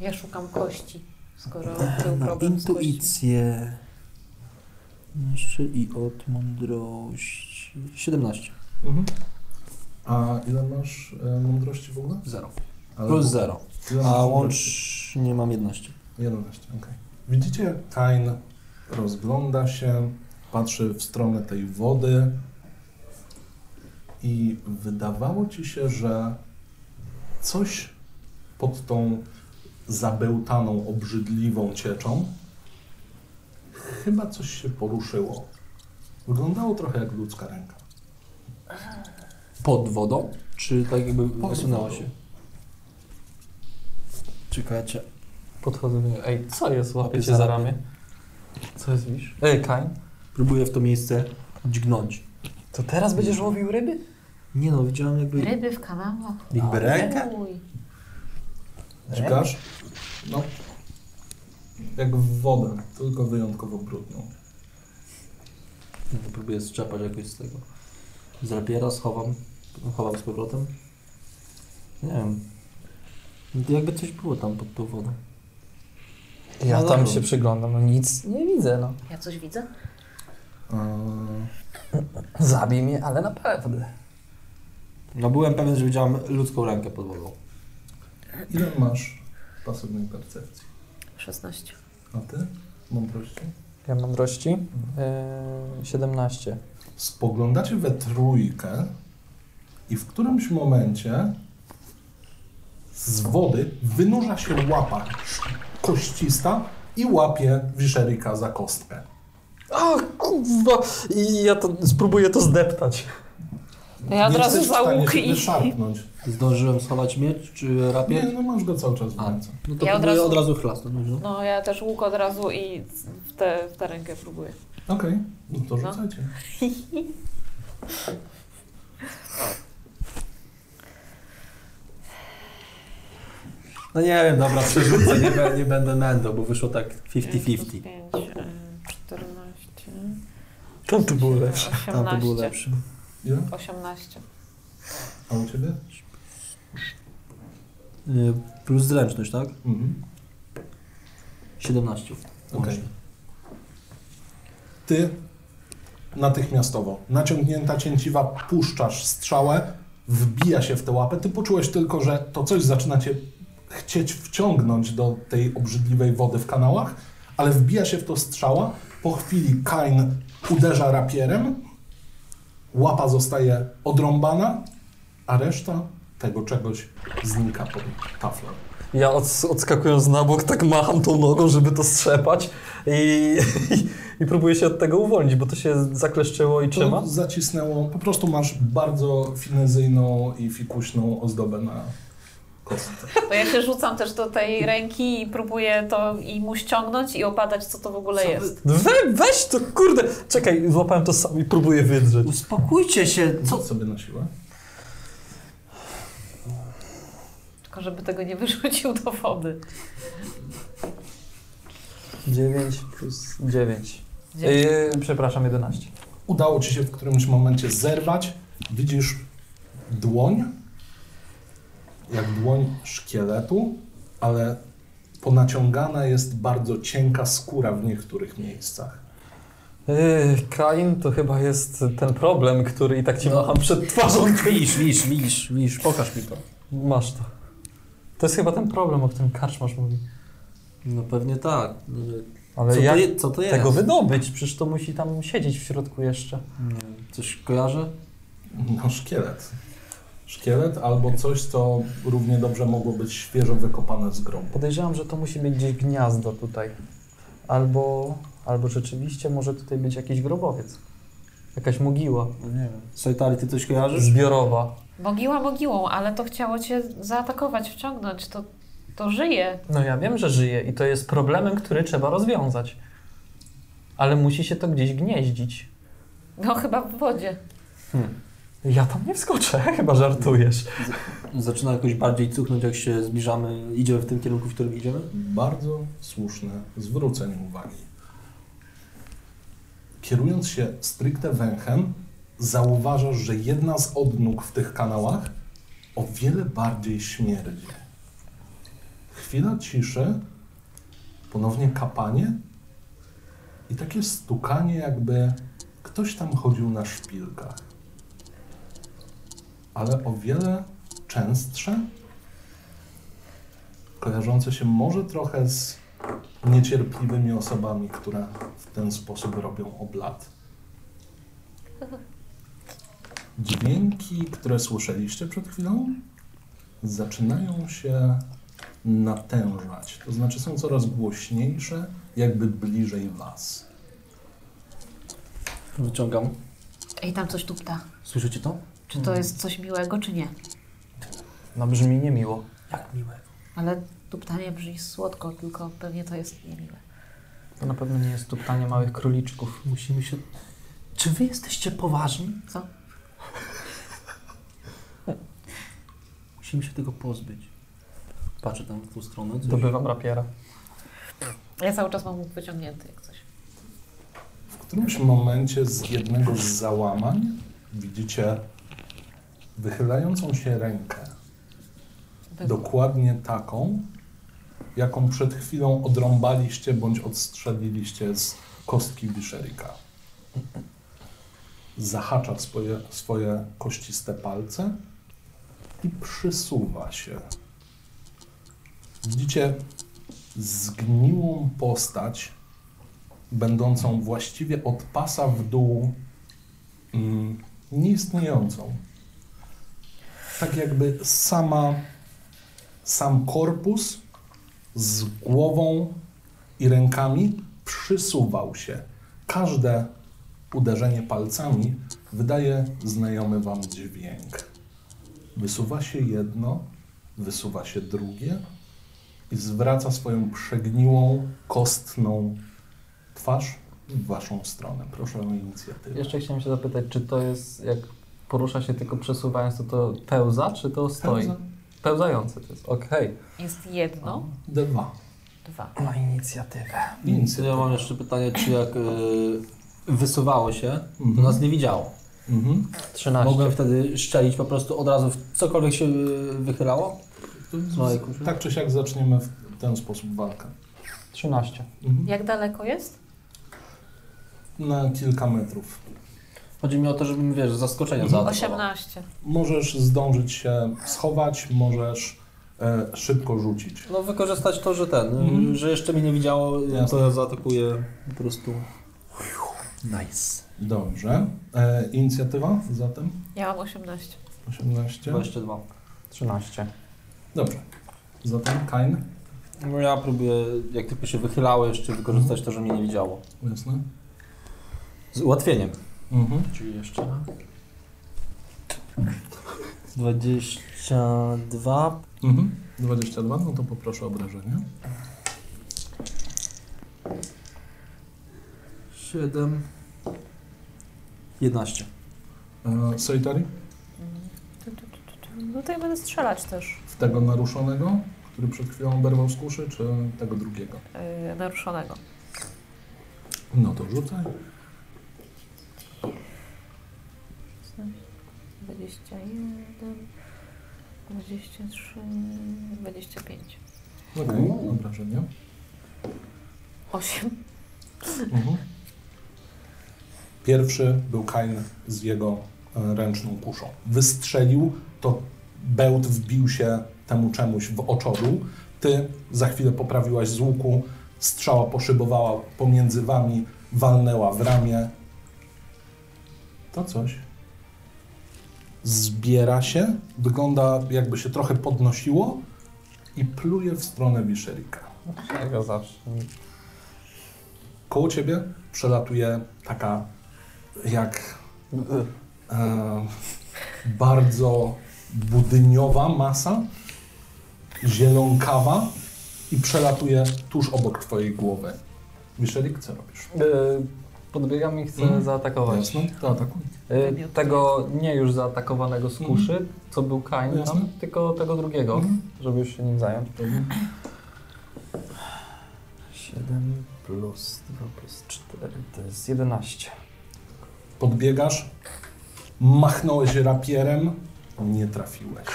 S4: Ja szukam kości, skoro był problem z kością.
S2: Jeszcze i od mądrości. 17.
S1: Mhm. A ile masz e, mądrości w ogóle?
S2: 0.
S1: Ale
S2: Plus 0.
S1: ile masz
S2: A
S1: mądrości?
S2: łącznie mam 11.
S1: 11, okej. Widzicie, Kain rozgląda się, patrzy w stronę tej wody i wydawało ci się, że coś pod tą zabełtaną, obrzydliwą cieczą chyba coś się poruszyło. Wyglądało trochę jak ludzka ręka.
S2: Pod wodą? Czy tak jakby wysunęło
S1: wodą.
S2: się? Czekajcie.
S3: Podchodzę do niego. Ej, co jest? Łapię
S2: Łapię
S3: cię za
S2: za
S3: ramię. Co jest, widzisz? Ej, Kain,
S2: Próbuję w to miejsce dźgnąć.
S3: to teraz będziesz łowił ryby?
S2: Nie no, widziałem jakby...
S4: Ryby w kanałach.
S5: Jakby rękę?
S4: Uj.
S1: Dźgasz? No. Jak w wodę, tylko wyjątkowo brudną.
S2: Ja to no, próbuję zczepać jakoś z tego. Z rapiera schowam, chowam z powrotem. Nie wiem. No to Jakby coś było tam pod tą wodą.
S3: Ja
S2: No
S3: tam
S2: dobra.
S3: się przyglądam, no nic nie widzę, no.
S4: Ja coś widzę?
S1: Eee,
S3: Zabij mnie, ale na pewno.
S2: No byłem pewien, że widziałem ludzką rękę pod wodą.
S1: Ile masz pasywnej percepcji?
S4: 16.
S1: A ty? Mądrości?
S3: Ja mądrości? Yy, 17.
S1: Spoglądacie we trójkę i w którymś momencie z wody wynurza się łapa koścista i łapie Wiszerika za kostkę.
S3: A kurwa! I ja to spróbuję to zdeptać.
S4: ja od
S1: Nie
S4: razu
S1: jesteś w
S4: za
S1: stanie
S4: łuk
S1: się
S4: i...
S1: wyszarpnąć.
S2: Zdążyłem schować miecz czy rapier?
S1: Nie, no masz go cały czas w
S2: A,
S1: ręce.
S2: No to
S4: Mhm. Ja od
S2: próbuję
S4: razu-
S2: od razu chlasnąć. No.
S4: No ja też łuk od razu i w tę w tę rękę próbuję.
S1: Okej, no to
S4: No.
S1: rzucajcie.
S2: no nie wiem, dobra, przerzucę, nie, be- nie będę mędrą, bo wyszło tak 50-50.
S4: 5, 14,
S3: Tam tu było lepsze.
S4: 18.
S2: Tam to było lepsze.
S1: Ile?
S4: 18.
S1: A u ciebie?
S2: Y, Plus zręczność, tak?
S1: Mhm.
S2: 17.
S1: Okej. Ty natychmiastowo, naciągnięta cięciwa, puszczasz strzałę, wbija się w tę łapę. Ty poczułeś tylko, że to coś zaczyna cię chcieć wciągnąć do tej obrzydliwej wody w kanałach, ale wbija się w to strzała. Po chwili Kain uderza rapierem, łapa zostaje odrąbana, a reszta tego czegoś znika pod taflą.
S3: Ja od, odskakując na bok, tak macham tą nogą, żeby to strzepać i, i, i próbuję się od tego uwolnić, bo to się zakleszczyło i trzyma.
S1: To zacisnęło. Po prostu masz bardzo finezyjną i fikuśną ozdobę na kostce.
S4: To ja się rzucam też do tej ręki i próbuję to i mu ściągnąć i opadać co to w ogóle jest.
S3: We, weź to, kurde! Czekaj, złapałem to sam i próbuję wydrzeć.
S2: Uspokójcie się,
S1: Co sobie na siłę?
S4: Tylko żeby tego nie wyrzucił do wody.
S3: 9 plus 9.
S4: Dzięki.
S3: Yy, przepraszam, 11.
S1: Udało ci się w którymś momencie zerwać. Widzisz dłoń, jak dłoń szkieletu, ale ponaciągana jest bardzo cienka skóra w niektórych miejscach.
S3: Yy, Kain to chyba jest ten problem, który i tak ci macham przed twarzą.
S2: Wisz, wisz, wisz, wisz, pokaż mi to.
S3: Masz to. To jest chyba ten problem, o którym karczmasz mówi.
S2: No pewnie tak. No, że-
S3: Ale
S2: co,
S3: jak
S2: to je, co to jest?
S3: tego wydobyć? Przecież to musi tam siedzieć w środku jeszcze.
S2: Nie wiem, Coś kojarzę?
S1: No, szkielet. Szkielet albo coś, co równie dobrze mogło być świeżo wykopane z grobu.
S3: Podejrzewam, że to musi być gdzieś gniazdo tutaj. Albo, albo rzeczywiście może tutaj być jakiś grobowiec. Jakaś mogiła.
S2: No nie wiem. Sojtali, ty coś kojarzysz?
S3: Zbiorowa.
S4: Mogiła mogiłą, ale to chciało cię zaatakować, wciągnąć. To, to żyje.
S3: No ja wiem, że żyje i to jest problemem, który trzeba rozwiązać. Ale musi się to gdzieś gnieździć.
S4: No chyba w wodzie.
S3: Ja tam nie wskoczę, chyba żartujesz.
S2: Zaczyna jakoś bardziej cuchnąć, jak się zbliżamy, idziemy w tym kierunku, w którym idziemy?
S1: Bardzo słuszne zwrócenie uwagi. Kierując się stricte węchem, zauważasz, że jedna z odnóg w tych kanałach o wiele bardziej śmierdzi. Chwila ciszy, ponownie kapanie i takie stukanie, jakby ktoś tam chodził na szpilkach. Ale o wiele częstsze kojarzące się może trochę z niecierpliwymi osobami, które w ten sposób robią oblat. Dźwięki, które słyszeliście przed chwilą, zaczynają się natężać. To znaczy są coraz głośniejsze, jakby bliżej Was.
S2: Wyciągam.
S4: Ej, tam coś tupta.
S2: Słyszycie to?
S4: Czy
S2: Hmm.
S4: to jest coś miłego, czy nie?
S3: No brzmi niemiło. Jak miłe.
S4: Ale tuptanie brzmi słodko, tylko pewnie to jest niemiłe.
S3: To na pewno nie jest tuptanie małych króliczków.
S2: Musimy się... Czy wy jesteście poważni?
S4: Co?
S2: Musimy się tego pozbyć. Patrzę tam w tą stronę. Coś.
S3: Dobywam rapiera.
S4: Ja cały czas mam łuk wyciągnięty, jak coś.
S1: W którymś momencie z jednego z załamań widzicie wychylającą się rękę. Dokładnie taką, jaką przed chwilą odrąbaliście bądź odstrzeliliście z kostki Biszerika. Zahacza swoje, swoje kościste palce i przysuwa się. Widzicie zgniłą postać, będącą właściwie od pasa w dół mm, nieistniejącą. Tak jakby sama sam korpus z głową i rękami przysuwał się. Każde uderzenie palcami wydaje znajomy wam dźwięk. Wysuwa się jedno, wysuwa się drugie i zwraca swoją przegniłą, kostną twarz w waszą stronę. Proszę o inicjatywę.
S3: Jeszcze chciałem się zapytać, czy to jest, jak porusza się tylko przesuwając, to to pełza, czy to stoi?
S1: Pełza.
S3: Pełzające to jest, okej.
S4: Jest jedno,
S1: Dwa.
S4: dwa.
S3: Ma inicjatywę.
S2: To ja
S1: Inicjatywa.
S2: mam jeszcze pytanie, czy jak y, wysuwało się, to
S1: Mhm.
S2: nas nie widziało.
S1: Mhm.
S3: 13.
S2: Mogłem wtedy szczelić po prostu od razu w cokolwiek się y, wychylało? No Z mojej kuszy?
S1: Tak czy siak zaczniemy w ten sposób walkę.
S3: 13.
S1: Mhm.
S4: Jak daleko jest?
S1: Na kilka metrów.
S2: Chodzi mi o to, żebym, wiesz, zaskoczenia zaatakował.
S4: 18.
S1: Możesz zdążyć się schować, możesz e, szybko rzucić.
S2: No wykorzystać to, że ten, y,
S1: Mhm.
S2: że jeszcze mnie nie widziało, y,
S1: Jasne.
S2: to ja zaatakuję po prostu. Nice.
S1: Dobrze. E, inicjatywa zatem?
S4: Ja mam 18.
S1: 18.
S2: 22.
S3: 13.
S1: Dobrze. Zatem Kain.
S2: No ja próbuję, jak tylko się wychylało, jeszcze wykorzystać to, że mnie nie widziało.
S1: Jasne.
S2: Z ułatwieniem.
S1: Mhm.
S2: Czyli jeszcze raz. 22.
S1: Mhm. 22, no to poproszę obrażenie.
S2: 7. 11.
S1: E, Solitary?
S4: Mhm. No to ja będę strzelać też
S1: W tego naruszonego, który przed chwilą oberwał z kuszy, czy tego drugiego?
S4: yy, naruszonego.
S1: No to rzucaj.
S4: 21, 23, 25.
S1: Okej,
S2: Mhm.
S1: obrażenie.
S4: 8.
S1: Mhm. Pierwszy był Kain z jego e, ręczną kuszą. Wystrzelił, to bełt wbił się temu czemuś w oczodu. Ty za chwilę poprawiłaś z łuku, strzała poszybowała pomiędzy wami, walnęła w ramię. To coś. Zbiera się, wygląda jakby się trochę podnosiło i pluje w stronę Wiszelika.
S3: Tego zawsze.
S1: Koło ciebie przelatuje taka jak e, bardzo budyniowa masa, zielonkawa i przelatuje tuż obok twojej głowy. Wiszelik, co robisz?
S3: Yy, Podbiegam i chcę
S1: Mhm.
S3: zaatakować.
S1: To atakuj.
S3: Yy, Tego nie już zaatakowanego z kuszy, co był Kain
S1: Jasne.
S3: tam, tylko tego drugiego, żeby już się nim zająć. 7 plus 2 plus 4 to jest 11.
S1: Podbiegasz, machnąłeś rapierem, nie trafiłeś.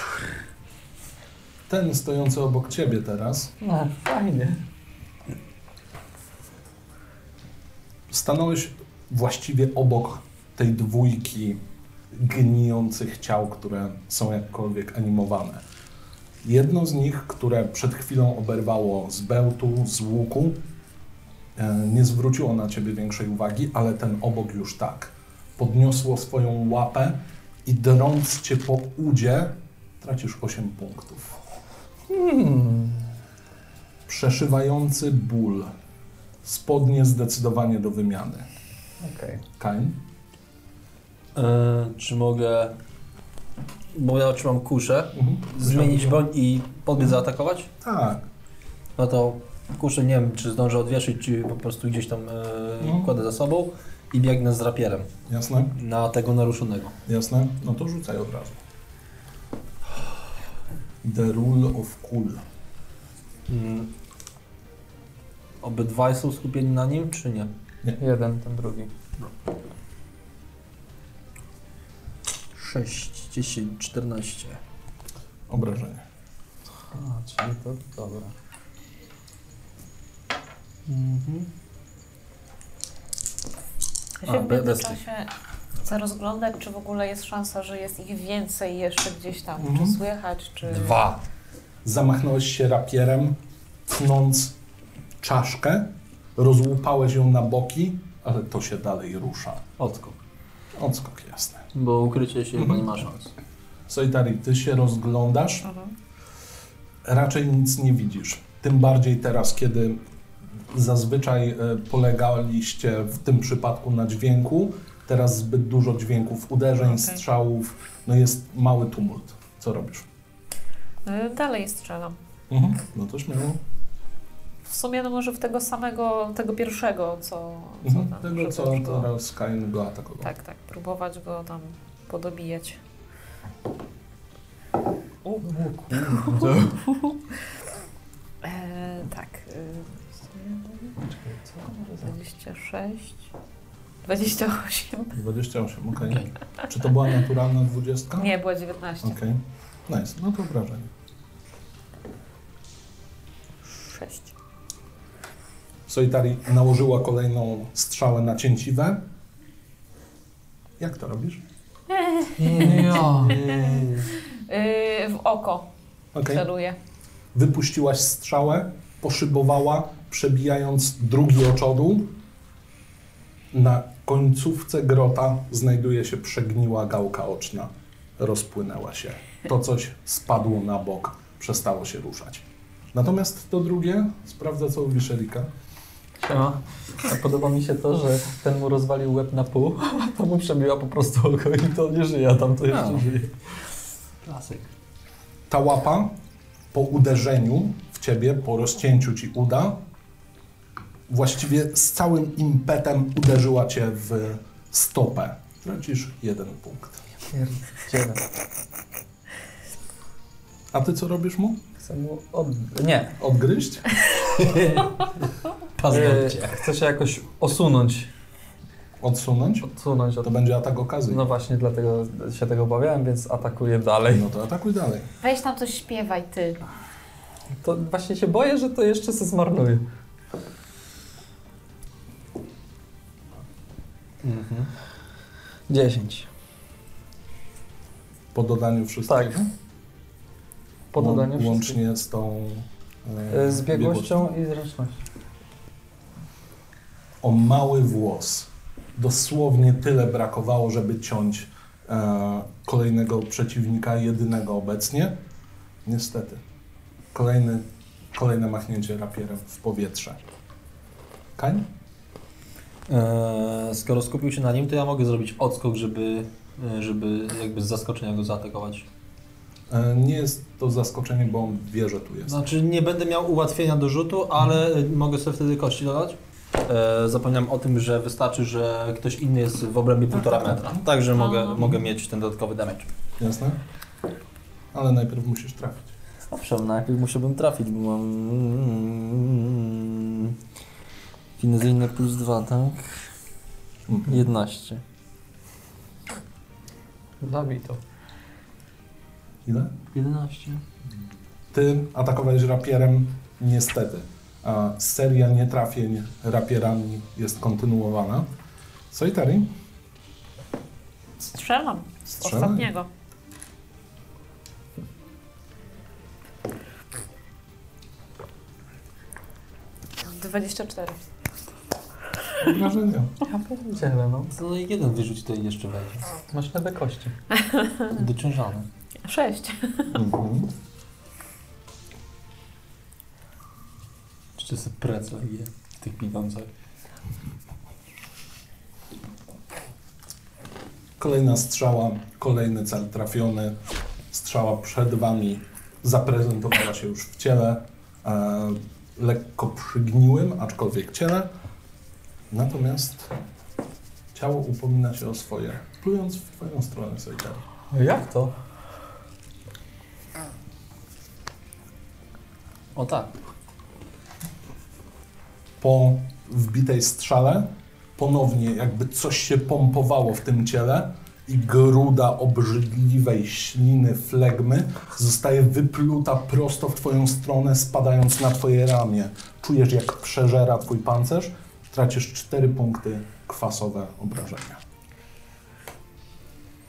S1: Ten stojący obok ciebie teraz
S3: No, fajnie.
S1: stanąłeś właściwie obok tej dwójki gnijących ciał, które są jakkolwiek animowane. Jedno z nich, które przed chwilą oberwało z bełtu, z łuku, e, nie zwróciło na ciebie większej uwagi, ale ten obok już tak. Podniosło swoją łapę i drąc cię po udzie, tracisz 8 punktów.
S3: Hmm,
S1: Przeszywający ból. Spodnie zdecydowanie do wymiany.
S3: Okej.
S1: Kain?
S2: E, czy mogę, bo ja otrzymam kuszę,
S1: Mhm.
S2: zmienić broń i podbiec zaatakować?
S1: Tak.
S2: No to kuszę nie wiem, czy zdążę odwieszyć, czy po prostu gdzieś tam e,
S1: No.
S2: kładę za sobą i biegnę z rapierem
S1: Jasne?
S2: na tego naruszonego.
S1: Jasne? No to rzucaj od razu. The rule of cool.
S2: Mm. Obydwaj są skupieni na nim, czy nie?
S3: Jeden, ten drugi.
S2: 6, 10, 14.
S1: Obrażenie.
S3: A, czyli to dobra.
S4: Ja
S2: A,
S4: się w
S2: be-
S4: międzyczasie chcę rozglądać, czy w ogóle jest szansa, że jest ich więcej jeszcze gdzieś tam.
S1: Mhm.
S4: Czy słychać, czy...
S2: Dwa.
S1: Zamachnąłeś się rapierem, tnąc czaszkę, rozłupałeś ją na boki, ale to się dalej rusza.
S2: Odskok.
S1: Odskok jasny. Mhm.
S2: Bo ukrycie się chyba nie ma szans.
S1: Solitary, ty się rozglądasz,
S4: Mhm.
S1: raczej nic nie widzisz. Tym bardziej teraz, kiedy zazwyczaj e, polegaliście w tym przypadku na dźwięku, teraz zbyt dużo dźwięków, uderzeń,
S4: Okej.
S1: strzałów, no jest mały tumult. Co robisz?
S4: Y, Dalej strzelam.
S1: No to śmiało.
S4: W sumie no może w tego samego, tego pierwszego, co, co
S1: Mhm.
S4: tam,
S1: Tego,
S4: żeby
S1: co
S4: już go,
S1: teraz Kain go atakował.
S4: Tak, tak, próbować go tam podobijać. E, tak. Y, 26, 28.
S1: 28, okej. Czy to była naturalna 20?
S4: Nie, była 19.
S1: Okej. Nice, no to wrażenie.
S4: 6.
S1: Solitari nałożyła kolejną strzałę na cięciwe. Jak to robisz?
S3: Ja.
S4: Yy, w oko
S1: Okej.
S4: celuję.
S1: Wypuściłaś strzałę, poszybowała, przebijając drugi oczodu. Na końcówce grota znajduje się przegniła gałka oczna. Rozpłynęła się. To coś spadło na bok, przestało się ruszać. Natomiast to drugie sprawdza co u Wiszelika.
S3: Siema. A Podoba mi się to, że ten mu rozwalił łeb na pół, a to mu przebiła po prostu oko i to nie żyje, a tam to jeszcze
S1: A.
S3: żyje.
S2: Klasyk.
S1: Ta łapa po uderzeniu w ciebie, po rozcięciu ci uda, właściwie z całym impetem uderzyła cię w stopę. Tracisz jeden punkt.
S3: Pierdziele.
S1: A ty co robisz mu?
S3: Chcę mu od... Nie.
S1: Odgryźć?
S2: Paznokcie.
S3: E, Chcę się jakoś osunąć.
S1: Odsunąć?
S3: Odsunąć od...
S1: To będzie atak okazji.
S3: No właśnie, dlatego się tego obawiałem, więc atakuję dalej.
S1: No to atakuj dalej.
S4: Weź tam coś śpiewaj, ty.
S3: To właśnie się boję, że to jeszcze se zmarnuję.
S2: Mhm.
S3: 10.
S1: Po dodaniu wszystkiego?
S3: Tak. Po
S1: Łą-
S3: dodaniu wszystkich.
S1: Łącznie z tą... e,
S3: Y, Z biegłością i zręcznością.
S1: O mały włos. Dosłownie tyle brakowało, żeby ciąć e, kolejnego przeciwnika, jedynego obecnie. Niestety. Kolejny, kolejne machnięcie rapierem w powietrze. Kań?
S2: Eee, skoro skupił się na nim, to ja mogę zrobić odskok, żeby, e, żeby jakby z zaskoczenia go zaatakować.
S1: E, nie jest to zaskoczenie, bo on wie, że tu jest.
S2: Znaczy nie będę miał ułatwienia do rzutu, ale mogę sobie wtedy kości dodać. Mhm. E, zapomniałem o tym, że wystarczy, że ktoś inny jest w obrębie półtora
S1: tak, tak.
S2: metra. Także mogę,
S4: Aha.
S2: mogę mieć ten dodatkowy damage.
S1: Jasne? Ale najpierw musisz trafić.
S2: Owszem, no najpierw musiałbym trafić, bo mam... Finezyjne plus dwa, tak?
S1: Mhm.
S2: 11.
S3: Zabij to.
S1: Ile?
S2: 11?
S1: Ty atakowałeś rapierem, niestety. A seria nietrafień rapierami jest kontynuowana. Solitary?
S4: Strzelam.
S1: Strzelaj.
S4: Ostatniego. Dwadzieścia cztery.
S1: Obrażenia.
S3: Ja pierdzielę, no.
S2: No i jeden wyrzuć to i jeszcze wejdzie.
S3: Masz lewe kości.
S2: Dociążony.
S4: Sześć.
S1: Mhm.
S2: Czy to jest preca je w tych piwącach?
S1: Kolejna strzała, kolejny cel trafiony. Strzała przed wami zaprezentowała się już w ciele. E, lekko przygniłym, aczkolwiek ciele. Natomiast ciało upomina się o swoje, plując w twoją stronę, Solitary.
S3: Jak to?
S2: O tak.
S1: po wbitej strzale ponownie jakby coś się pompowało w tym ciele i gruda obrzydliwej śliny flegmy zostaje wypluta prosto w twoją stronę, spadając na twoje ramię. Czujesz, jak przeżera twój pancerz. Tracisz cztery punkty kwasowe obrażenia.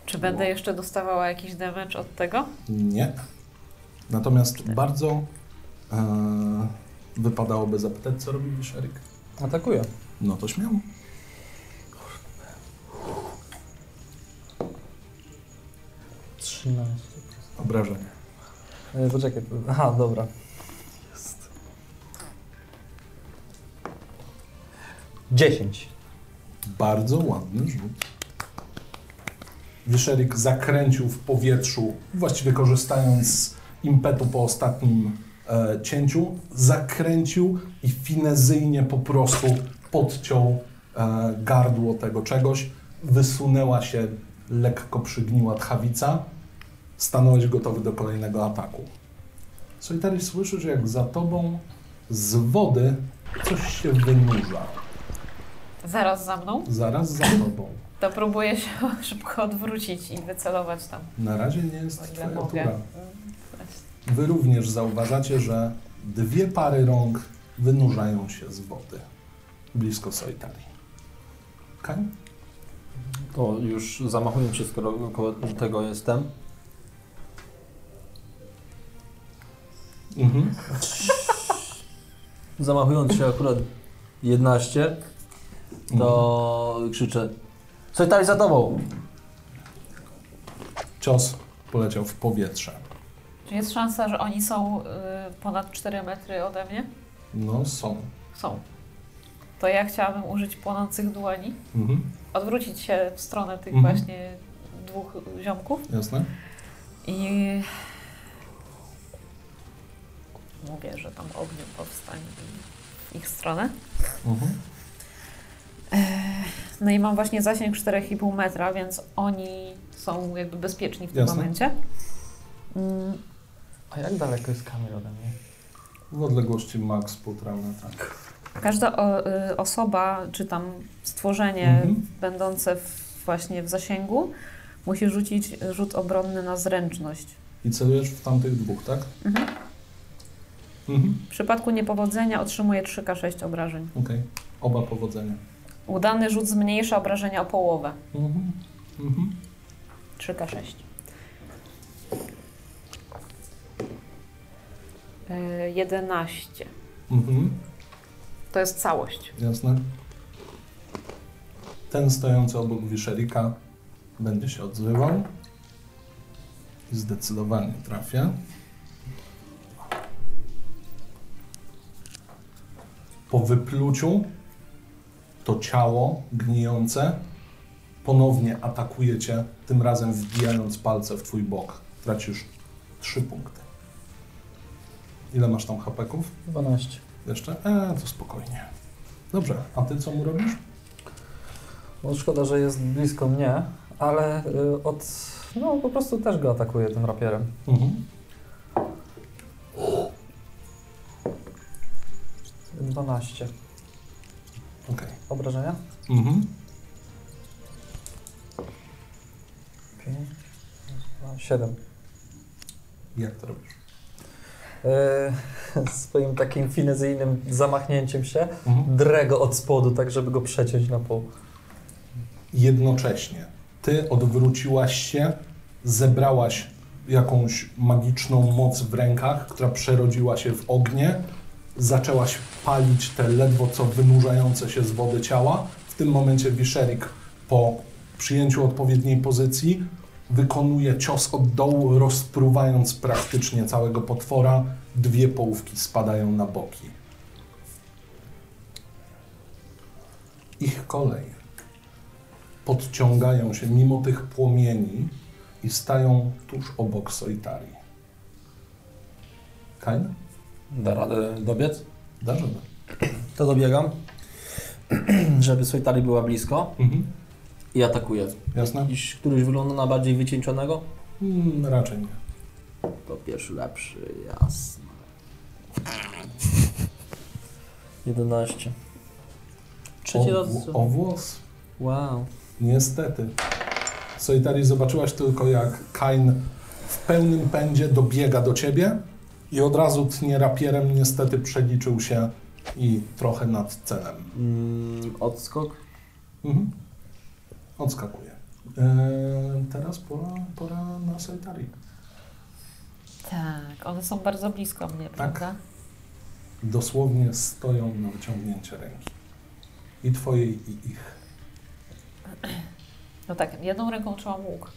S4: Czy będę jeszcze dostawała jakiś damage od tego?
S1: Nie. Natomiast bardzo e, wypadałoby zapytać, co robi Wiszerik.
S3: Atakuje.
S1: No to śmiało.
S3: Trzynaście.
S1: Obrażenia.
S3: E, Poczekaj. Aha, dobra. Jest. 10.
S1: Bardzo ładny rzut. Wiszerik zakręcił w powietrzu, właściwie korzystając z impetu po ostatnim e, cięciu, zakręcił i finezyjnie po prostu podciął e, gardło tego czegoś. Wysunęła się lekko przygniła tchawica. Stanąłeś gotowy do kolejnego ataku. Solitary słyszysz, jak za tobą z wody coś się wynurza.
S4: Zaraz za mną?
S1: Zaraz za tobą.
S4: To próbuję się szybko odwrócić i wycelować tam,
S1: Na razie nie
S4: o
S1: jest
S4: ile
S1: twoja
S4: mogę.
S1: tura. Wy również zauważacie, że dwie pary rąk wynurzają się z wody. Blisko Solitari. Kań?
S2: To już zamachuję się, skoro koło tego jestem.
S1: Mhm.
S2: Zamachując się akurat 11, to krzyczę Coś tam za tobą!
S1: Cios poleciał w powietrze.
S4: Czy jest szansa, że oni są y, ponad 4 metry ode mnie?
S1: No są.
S4: Są. To ja chciałabym użyć płonących dłoni,
S1: Mhm.
S4: odwrócić się w stronę tych
S1: Mhm.
S4: właśnie dwóch ziomków
S1: Jasne?
S4: i mówię, że tam ogniu powstanie w ich stronę.
S1: Mhm.
S4: No i mam właśnie zasięg 4,5 metra, więc oni są jakby bezpieczni w tym
S1: Jasne.
S4: momencie. Mm,
S3: A jak daleko jest kamera ode mnie?
S1: W odległości max półtora metra.
S4: Każda o, y, osoba, czy tam stworzenie
S1: Mhm.
S4: będące w, właśnie w zasięgu, musi rzucić rzut obronny na zręczność.
S1: I celujesz w tamtych dwóch, tak?
S4: Mhm.
S1: Mhm.
S4: W przypadku niepowodzenia otrzymuje 3K6 obrażeń.
S1: Okej. Oba powodzenia.
S4: Udany rzut zmniejsza obrażenia o połowę.
S1: Mhm. Mhm.
S4: 3K6. Yy, 11.
S1: Mhm.
S4: To jest całość.
S1: Jasne. Ten stojący obok Wiszelika będzie się odzywał. I zdecydowanie trafia. Po wypluciu to ciało gnijące ponownie atakuje cię, tym razem wbijając palce w twój bok. Tracisz 3 punkty. Ile masz tam hapeków?
S3: 12.
S1: Jeszcze? Eee, to spokojnie. Dobrze, a ty co mu robisz?
S3: No, szkoda, że jest blisko mnie, ale y, od... No po prostu też go atakuję tym rapierem.
S1: Mhm.
S3: 12.
S1: Okej.
S3: Obrażenia?
S1: Mhm.
S3: 5, 7.
S1: Jak to robisz?
S3: E, Swoim takim finezyjnym zamachnięciem się
S1: Mhm.
S3: drę go od spodu, tak żeby go przeciąć na pół.
S1: Jednocześnie ty odwróciłaś się, zebrałaś jakąś magiczną moc w rękach, która przerodziła się w ognie, zaczęłaś palić te ledwo co wynurzające się z wody ciała. W tym momencie Wiszerik po przyjęciu odpowiedniej pozycji wykonuje cios od dołu, rozpruwając praktycznie całego potwora. Dwie połówki spadają na boki. Ich kolej. Podciągają się mimo tych płomieni i stają tuż obok Solitarii. Kain?
S2: Da radę dobiec?
S1: Darzymy.
S2: To dobiegam, żeby Sojtali była blisko
S1: Mhm.
S2: i atakuję.
S1: Jasne?
S2: Jakiś, któryś wygląda na bardziej wycieńczonego?
S1: Mm, raczej nie.
S2: To pierwszy lepszy, jasne. 11. Trzeci
S1: o,
S2: raz.
S1: w- o włos.
S2: Wow.
S1: Niestety. Solitarii zobaczyłaś tylko jak Kain w pełnym pędzie dobiega do ciebie i od razu tnie rapierem niestety przeliczył się i trochę nad celem.
S2: Mm, odskok.
S1: Mhm. Odskakuje. Eee, teraz pora, pora na Solitarii.
S4: Tak, one są bardzo blisko mnie, prawda?
S1: Dosłownie stoją na wyciągnięcie ręki. I twojej, i ich.
S4: No tak, jedną ręką trzymam łuk.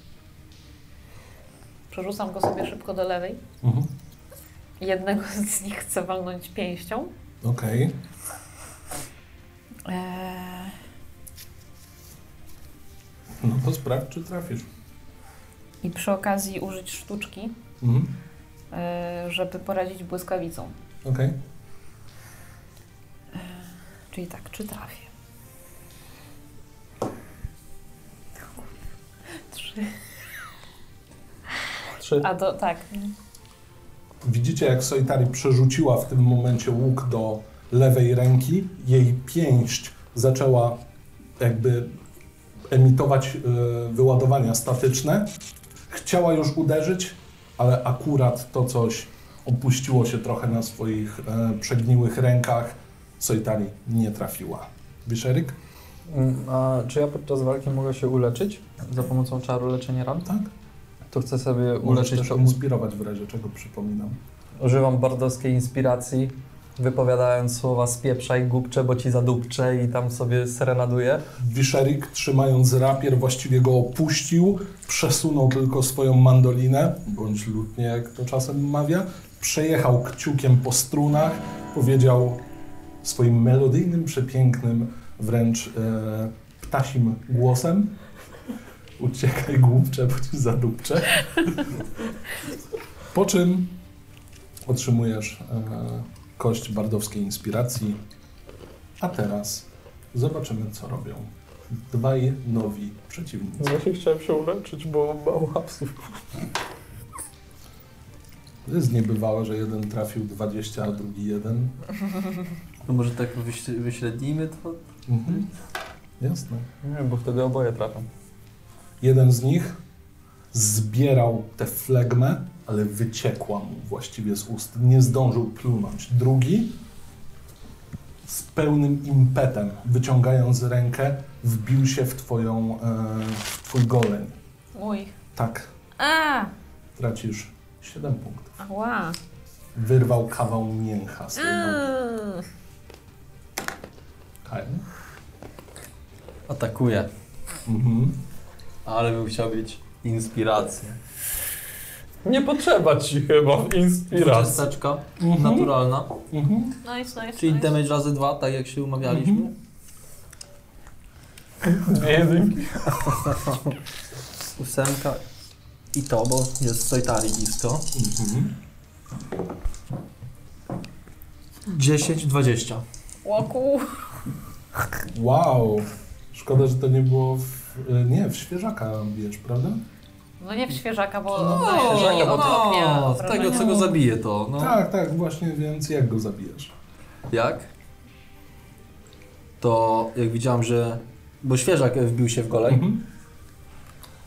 S4: Przerzucam go sobie szybko do lewej.
S1: Mhm.
S4: Jednego z nich chcę walnąć pięścią.
S1: Okej.
S4: Eee,
S1: No to sprawdź, czy trafisz.
S4: I przy okazji użyć sztuczki,
S1: Mhm.
S4: eee, żeby poradzić błyskawicą.
S1: Okej.
S4: Czyli tak, czy trafię? Trzy.
S3: 3.
S4: A do, tak.
S1: Widzicie, jak Solitari przerzuciła w tym momencie łuk do lewej ręki. Jej pięść zaczęła jakby emitować y, wyładowania statyczne. Chciała już uderzyć, ale akurat to coś opuściło się trochę na swoich y, przegniłych rękach. Solitari nie trafiła. Wiszeryk?
S3: A czy ja podczas walki mogę się uleczyć za pomocą czaru leczenia ran?
S1: Tak.
S3: To chcę sobie
S1: Możesz
S3: uleczyć
S1: też
S3: to.
S1: inspirować w razie czego, przypominam.
S3: Używam bardowskiej inspiracji, wypowiadając słowa spieprzaj, głupcze, bo ci zadupcze i tam sobie serenaduję.
S1: Wiszerik, trzymając rapier, właściwie go opuścił, przesunął tylko swoją mandolinę, bądź lutnię, jak to czasem mawia, przejechał kciukiem po strunach, powiedział swoim melodyjnym, przepięknym, wręcz e, ptasim głosem uciekaj głupcze, bądź zadupcze. Po czym otrzymujesz e, kość bardowskiej inspiracji, a teraz Zobaczymy, co robią dwaj nowi przeciwnicy.
S3: Właśnie chciałem się uleczyć, bo mało hapsów.
S1: To jest niebywałe, że jeden trafił 20, a drugi jeden.
S2: No może tak wyś- wyśrednijmy to?
S1: Mhm. Jasne.
S3: Nie, bo wtedy oboje trafią.
S1: Jeden z nich zbierał tę flegmę, ale wyciekła mu właściwie z ust. Nie zdążył plunąć. Drugi z pełnym impetem, wyciągając rękę, wbił się w twoją, e, w twój goleń.
S4: Mój.
S1: Tak,
S4: A!
S1: tracisz 7 punktów.
S4: Ała.
S1: Wyrwał kawał mięcha z tej nogi.
S4: Mm.
S1: Kaja?
S2: Atakuje.
S1: Mhm.
S2: Ale bym chciał mieć inspirację.
S3: Nie potrzeba ci chyba inspiracji.
S2: Cząsteczka
S1: Mhm.
S2: naturalna,
S1: Mhm.
S4: Nice, nice,
S2: czyli
S4: nice.
S2: damage razy dwa, tak jak się umawialiśmy.
S3: Dwie jedynki.
S2: Ósemka i to, bo jest Soitari blisko.
S1: Mhm.
S2: 10, 20.
S4: Łoku.
S1: Wow! Szkoda, że to nie było w, e, nie, w świeżaka bierz, prawda?
S4: No nie w świeżaka, bo
S2: No,
S4: oddaję
S2: świeżaka, bo
S4: od ognia
S2: O, z
S4: obrażenia.
S2: tego co go zabije to, no.
S1: Tak, tak, właśnie, więc jak go zabijasz?
S2: Jak? To jak widziałem, że... Bo świeżak wbił się w goleń,
S1: Mhm.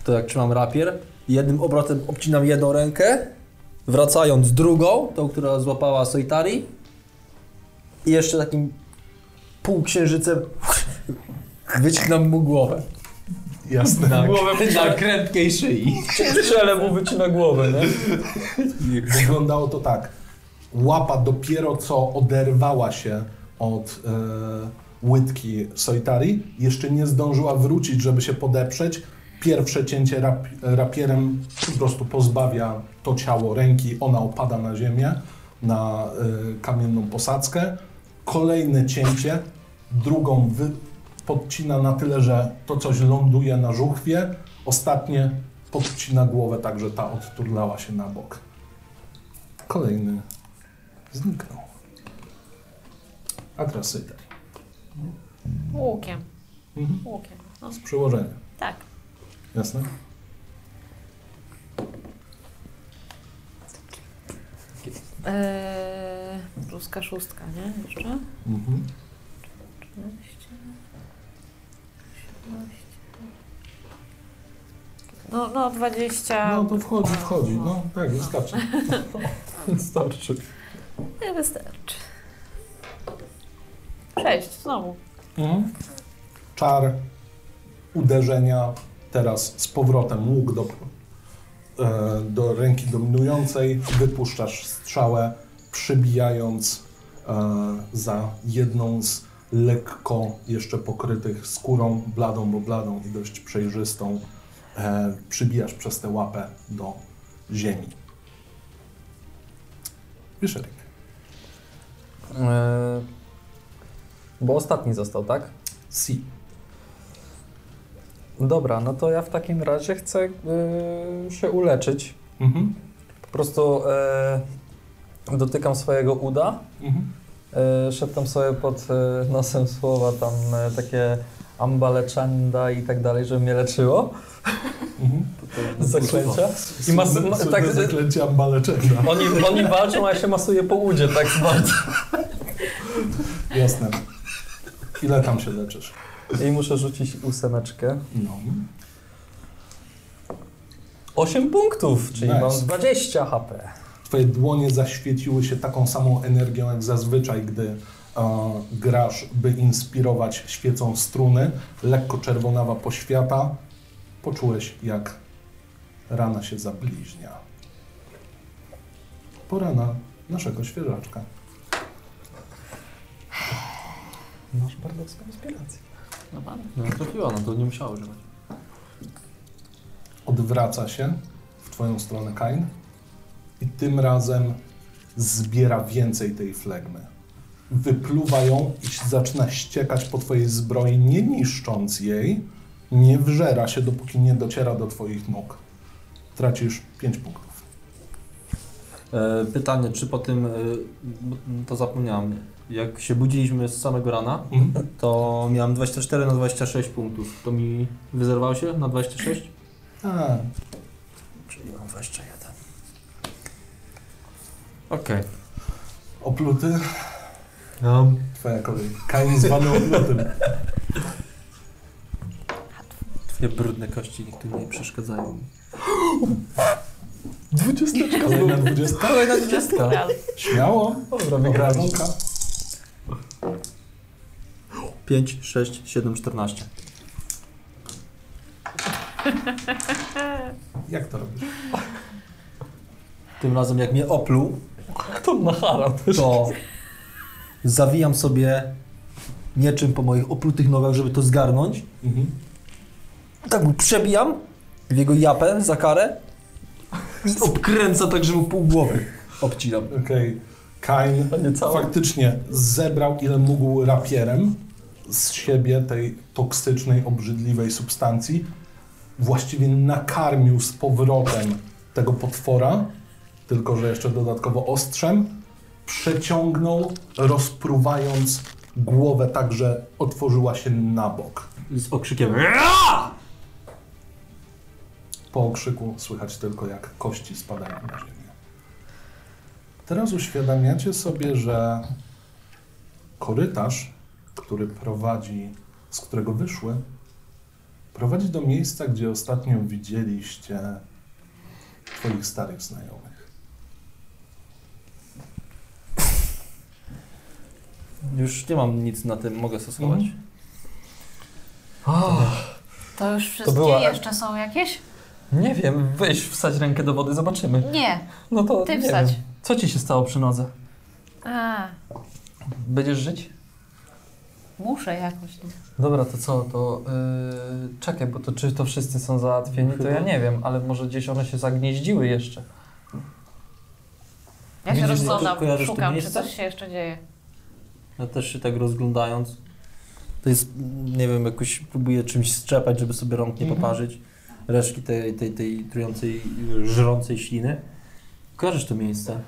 S2: to jak trzymam rapier, jednym obrotem obcinam jedną rękę, wracając drugą, tą, która złapała Soitari i jeszcze takim półksiężycem wycinam mu głowę.
S1: Jasne.
S3: Głowę tak.
S2: Na
S1: Tak.
S2: krętkę i szyi.
S3: Strzelę mu wycina głowę, nie?
S1: Wyglądało to tak. Łapa dopiero co oderwała się od e, łydki Soitari. Jeszcze nie zdążyła wrócić, żeby się podeprzeć. Pierwsze cięcie rap, rapierem po prostu pozbawia to ciało ręki. Ona opada na ziemię, na e, kamienną posadzkę. Kolejne cięcie, drugą wy, podcina na tyle, że to coś ląduje na żuchwie. Ostatnie podcina głowę tak, że ta odturlała się na bok. Kolejny zniknął. A teraz Sejder.
S4: Łukiem.
S1: Mhm.
S4: Łukiem. No,
S1: Z przyłożenia.
S4: tak.
S1: Jasne?
S4: Eee, ruska szóstka, nie? Jeszcze?
S1: Mhm.
S4: 15, 17. No, no 20.
S1: No to wchodzi, wchodzi. No tak, wystarczy.
S3: Starczy.
S4: Nie wystarczy. 6 znowu.
S1: Mhm. Czar uderzenia teraz z powrotem łuk do, e, do ręki dominującej. Wypuszczasz strzałę, przybijając e, za jedną z lekko jeszcze pokrytych skórą, bladą, bo bladą i dość przejrzystą. E, przybijasz przez tę łapę do ziemi. Wiszerik.
S3: Bo ostatni został, tak?
S1: Si.
S3: Dobra, no to ja w takim razie chcę y, się uleczyć.
S1: Mhm.
S3: Po prostu y, dotykam swojego uda.
S1: Mhm.
S3: E, Szeptam sobie pod e, nosem słowa tam e, takie ambaleczanda i tak dalej, żeby mnie leczyło
S1: Mhm.
S3: z zaklęcia. I mas- ma-
S1: Cudne
S3: tak-
S1: zaklęcia maleczenia.
S3: Oni, oni walczą, a ja się masuję po udzie tak bardzo.
S1: Jasne. Ile tam się leczysz?
S3: I muszę rzucić ósemeczkę.
S1: No.
S3: 8 punktów, czyli
S1: Nice.
S3: mam 20 HP.
S1: Twoje dłonie zaświeciły się taką samą energią jak zazwyczaj, gdy e, grasz, by inspirować świecą struny. Lekko czerwonawa poświata. Poczułeś, jak rana się zabliźnia. Pora na naszego świeżaczka.
S3: Masz bardzo sobie inspirację.
S4: No mam.
S2: No trafiła, no to nie musiała używać.
S1: odwraca się w twoją stronę Kain i tym razem zbiera więcej tej flegmy. Wypluwa ją i zaczyna ściekać po twojej zbroi, nie niszcząc jej, nie wżera się, dopóki nie dociera do twoich nóg. Tracisz 5 punktów.
S2: E, pytanie, czy po tym, e, bo- to zapomniałem, jak się budziliśmy z samego rana, to miałem 24 na 26 punktów. To mi wyzerwał się na 26?
S1: A,
S2: Czyli mam 21. Okej.
S1: opluty?
S2: No.
S1: Twoja kolej. Kain zwany oplutym.
S2: Dwie brudne kości niektóre nie przeszkadzają.
S1: Kolejna 20.
S2: Kolejna 20.
S4: Raz.
S1: Śmiało.
S3: Dobra, wygrałem.
S1: Obrączka.
S2: 5, 6, 7, 14.
S1: Jak to robisz?
S2: Tym razem jak mnie opluł,
S3: To nachara też.
S2: to zawijam sobie mieczem po moich oplutych nogach, żeby to zgarnąć.
S1: Mhm.
S2: Tak mu przebijam w jego japę za karę i obkręca tak, że mu pół głowy obcinam.
S1: Okej. Kain
S3: To nie całe.
S1: faktycznie zebrał ile mógł rapierem z siebie tej toksycznej, obrzydliwej substancji. Właściwie nakarmił z powrotem tego potwora, tylko że jeszcze dodatkowo ostrzem. Przeciągnął, rozpruwając głowę tak, że otworzyła się na bok.
S2: Z okrzykiem.
S1: Po okrzyku słychać tylko, jak kości spadają na ziemię. Teraz uświadamiacie sobie, że korytarz, który prowadzi, z którego wyszły, prowadzi do miejsca, gdzie ostatnio widzieliście Twoich starych znajomych.
S2: Już nie mam nic na tym, mogę stosować.
S4: To już wszystkie
S3: była-
S4: jeszcze są jakieś?
S3: Nie wiem, weź wsadź rękę do wody, zobaczymy.
S4: Nie,
S3: No to
S4: ty
S3: nie
S4: wsadź.
S3: Wiem. Co ci się stało przy nodze?
S4: A,
S3: Będziesz żyć?
S4: muszę jakoś. no.
S3: Dobra, to co? To yy, czekaj, bo to czy to wszyscy są załatwieni, to ja nie wiem, ale może gdzieś one się zagnieździły jeszcze.
S4: Ja się
S2: Widzisz, że
S4: rozglądam,
S2: to kojarzysz to
S4: szukam, czy
S2: miejsce?
S4: coś się jeszcze dzieje.
S2: Ja też się tak rozglądając. To jest, mm, nie wiem, jakoś próbuję czymś strzepać, żeby sobie rąk nie
S3: Mhm.
S2: poparzyć. Resztki tej, tej, tej trującej, żrącej śliny. Kojarzysz to miejsce.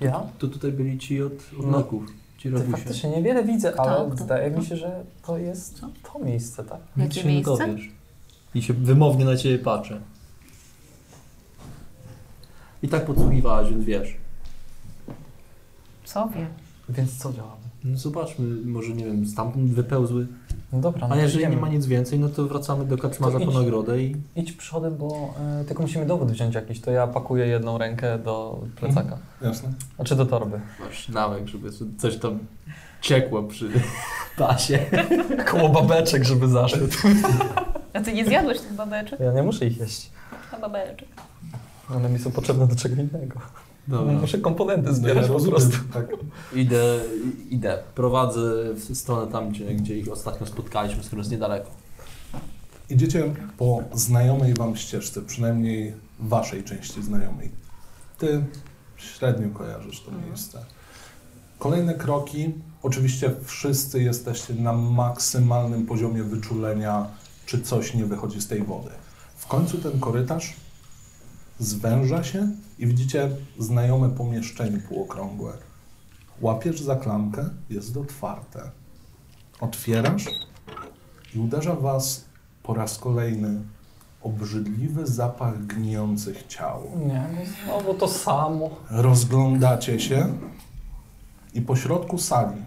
S2: No.
S3: Ja?
S2: To tutaj byli ci od
S3: odnoków,
S2: ci
S3: Ty faktycznie niewiele widzę,
S4: Kto?
S3: ale
S4: Kto?
S3: wydaje mi
S4: Kto?
S3: się, że to jest
S4: Co?
S3: to miejsce, tak?
S2: Nic
S4: Jakie
S2: się nie
S4: miejsce?
S2: dowiesz. I się wymownie na ciebie patrzę. I tak podsłuchiwałaś, więc wiesz.
S4: Co wiem?
S3: Więc co działamy?
S2: No zobaczmy, może nie wiem, stamtąd wypełzły.
S3: No dobra,
S2: A
S3: no
S2: jeżeli
S3: idziemy.
S2: nie ma nic więcej, no to wracamy do kaczmarza
S3: To idź.
S2: po nagrodę i
S3: Idź przodem, bo y, tylko musimy dowód wziąć jakiś, to ja pakuję jedną rękę do plecaka.
S1: Jasne?
S3: Znaczy do torby.
S2: masz nawek, żeby coś tam ciekło przy pasie.
S3: Koło babeczek, żeby zaszedł.
S4: A ty nie zjadłeś tych babeczek?
S3: Ja nie muszę ich jeść.
S4: A babeczek.
S3: One mi są potrzebne do czego innego.
S2: Dobra. No
S3: Muszę komponenty zbierać
S1: Ja
S3: po
S1: rozumiem,
S3: prostu.
S1: Tak.
S2: Idę, idę. Prowadzę w stronę tam, gdzie, gdzie ich ostatnio spotkaliśmy, skoro jest niedaleko.
S1: Idziecie po znajomej wam ścieżce, przynajmniej waszej części znajomej. Ty średnio kojarzysz to miejsce. Kolejne kroki. Oczywiście wszyscy jesteście na maksymalnym poziomie wyczulenia, czy coś nie wychodzi z tej wody. W końcu ten korytarz zwęża się i widzicie znajome pomieszczenie półokrągłe. Łapiesz za klamkę, jest otwarte. Otwierasz i uderza was po raz kolejny obrzydliwy zapach gnijących ciał.
S3: Nie, no znowu to samo.
S1: Rozglądacie się i po środku sali,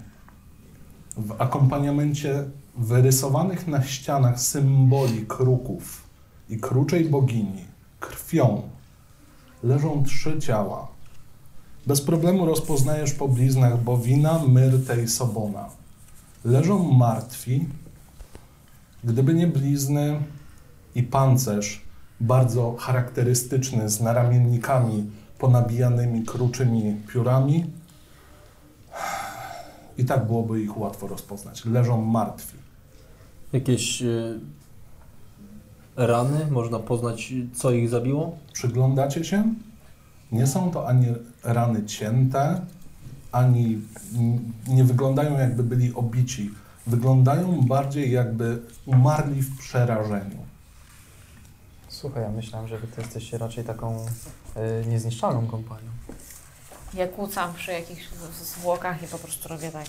S1: w akompaniamencie wyrysowanych na ścianach symboli kruków i kruczej bogini, krwią, leżą trzy ciała. Bez problemu rozpoznajesz po bliznach Bowina, Myrtę i Sobona. Leżą martwi, gdyby nie blizny i pancerz, bardzo charakterystyczny, z naramiennikami ponabijanymi kruczymi piórami. I tak byłoby ich łatwo rozpoznać. Leżą martwi.
S2: Jakieś y, rany? Można poznać, co ich zabiło?
S1: Przyglądacie się? Nie są to ani rany cięte, ani n- nie wyglądają jakby byli obici. Wyglądają bardziej jakby umarli w przerażeniu.
S3: Słuchaj, ja myślałem, że wy to jesteście raczej taką y, niezniszczalną kompanią.
S4: Ja kłócam przy jakichś z- zwłokach i po prostu robię tak.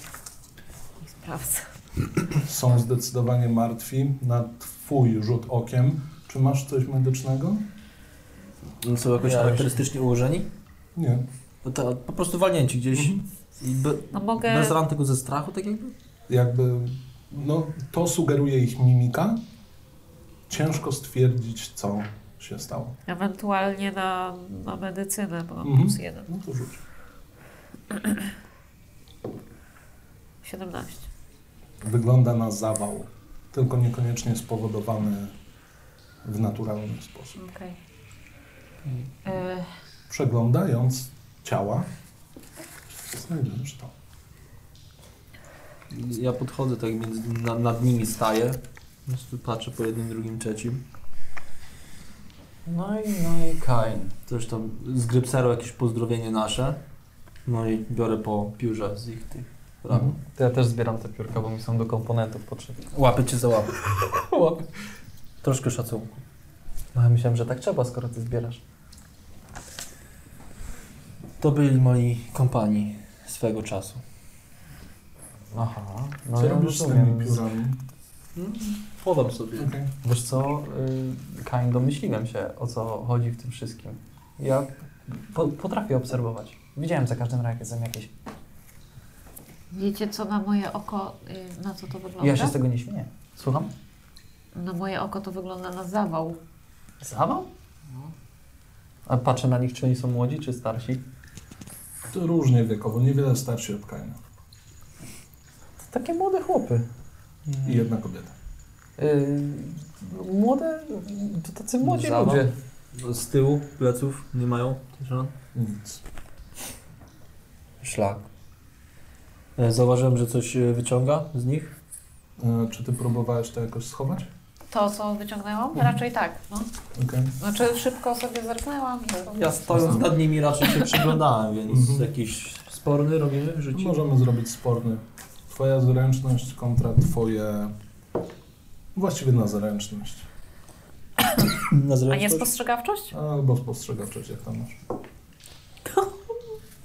S4: I sprawdzę.
S1: Są zdecydowanie martwi. Na twój rzut okiem. Czy masz coś medycznego?
S2: Są jakoś
S3: Ja
S2: charakterystycznie ułożeni? Mhm.
S1: Nie.
S2: No to po prostu walnięci gdzieś. I be,
S4: No mogę-
S2: Bez ran, tylko ze strachu, tak jakby?
S1: jakby no, to sugeruje ich mimika. Ciężko stwierdzić, co się stało.
S4: Ewentualnie na, na medycynę, bo mam
S1: Mhm.
S4: plus jeden.
S1: No to rzuć.
S4: 17.
S1: Wygląda na zawał, tylko niekoniecznie spowodowany w naturalny sposób.
S4: Okej.
S1: Mm.
S4: E,
S1: Przeglądając ciała, znajdujesz to.
S2: Ja podchodzę tak między, na, nad nimi staję. Po prostu patrzę po jednym, drugim, trzecim.
S5: No i, no i Kain.
S2: Też tam z Grypsero jakieś pozdrowienie nasze. No i biorę po piórze z ich tych ramion.
S3: To ja też zbieram te piórka, bo mi są do komponentów potrzebne.
S2: Łapy cię za łapy. Troszkę szacunku.
S3: No, ja myślałem, że tak trzeba, skoro ty zbierasz.
S2: To byli moi kompani swego czasu.
S3: Aha, no
S1: Co
S3: ja
S1: robisz z
S3: rozumiem.
S1: tymi piórami?
S2: Chowam sobie.
S1: Okej.
S3: Wiesz co, y, Kain, domyśliłem się, o co chodzi w tym wszystkim. Ja po, potrafię obserwować. Widziałem za każdym razem jakieś...
S4: wiecie co na moje oko, y, na co to wygląda?
S3: Ja się z tego nie śmieję. Słucham?
S4: Na moje oko to wygląda na zawał.
S3: Zawał? A patrzę na nich, czy oni są młodzi, czy starsi.
S1: To różnie wiekowo, niewiele starsi od Kaina.
S3: To takie młode chłopy.
S1: I
S2: Mm.
S1: jedna kobieta.
S3: Y, młode, to tacy młodzi
S2: Zawał?
S3: ludzie.
S2: Z tyłu pleców nie mają też ran?
S1: Nic.
S2: Szlak. E, Zauważyłem, że coś e, wyciąga z nich.
S1: E, czy ty próbowałeś to jakoś schować?
S4: To, co wyciągnęłam? Raczej tak, no.
S1: Okej.
S4: Znaczy szybko sobie zerknęłam. i-
S2: Ja stojąc nad nimi raczej się przyglądałem, więc
S1: Mhm.
S2: jakiś sporny robimy w życiu.
S1: Możemy zrobić sporny. Twoja zręczność kontra twoje... Właściwie na zręczność.
S2: Na
S4: A nie
S2: zręczność?
S4: spostrzegawczość?
S1: Albo spostrzegawczość, jak tam masz.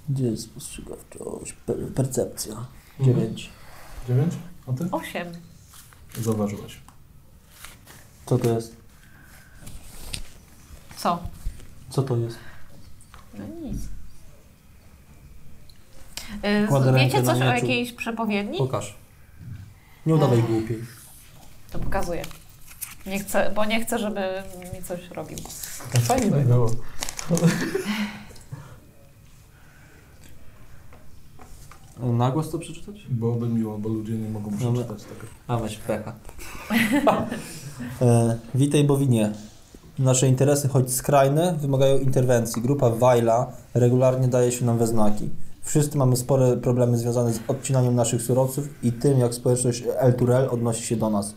S2: Gdzie jest spostrzegawczość? Per- percepcja. Dziewięć.
S1: Dziewięć? A ty?
S4: Osiem.
S1: Zauważyłeś.
S2: Co to jest?
S4: Co?
S2: Co to jest?
S4: No nic. Y,
S2: Kładę
S4: z-
S2: rękę
S4: Wiecie
S2: na
S4: coś o
S2: mieczu.
S4: jakiejś przepowiedni?
S2: Pokaż. Nie udawaj głupiej.
S4: To pokazuję. Nie chcę, bo nie chcę, żeby mi coś robił.
S3: To fajnie by było.
S2: E, Na głos to przeczytać?
S1: Byłoby miło, bo ludzie nie
S3: No,
S1: mogą
S2: Dobra.
S1: przeczytać tego.
S2: A, weź pecha. e, witaj Bowinie. Nasze interesy, choć skrajne, wymagają interwencji. Grupa Wajla regularnie daje się nam we znaki. Wszyscy mamy spore problemy związane z odcinaniem naszych surowców i tym, jak społeczność Elturel odnosi się do nas.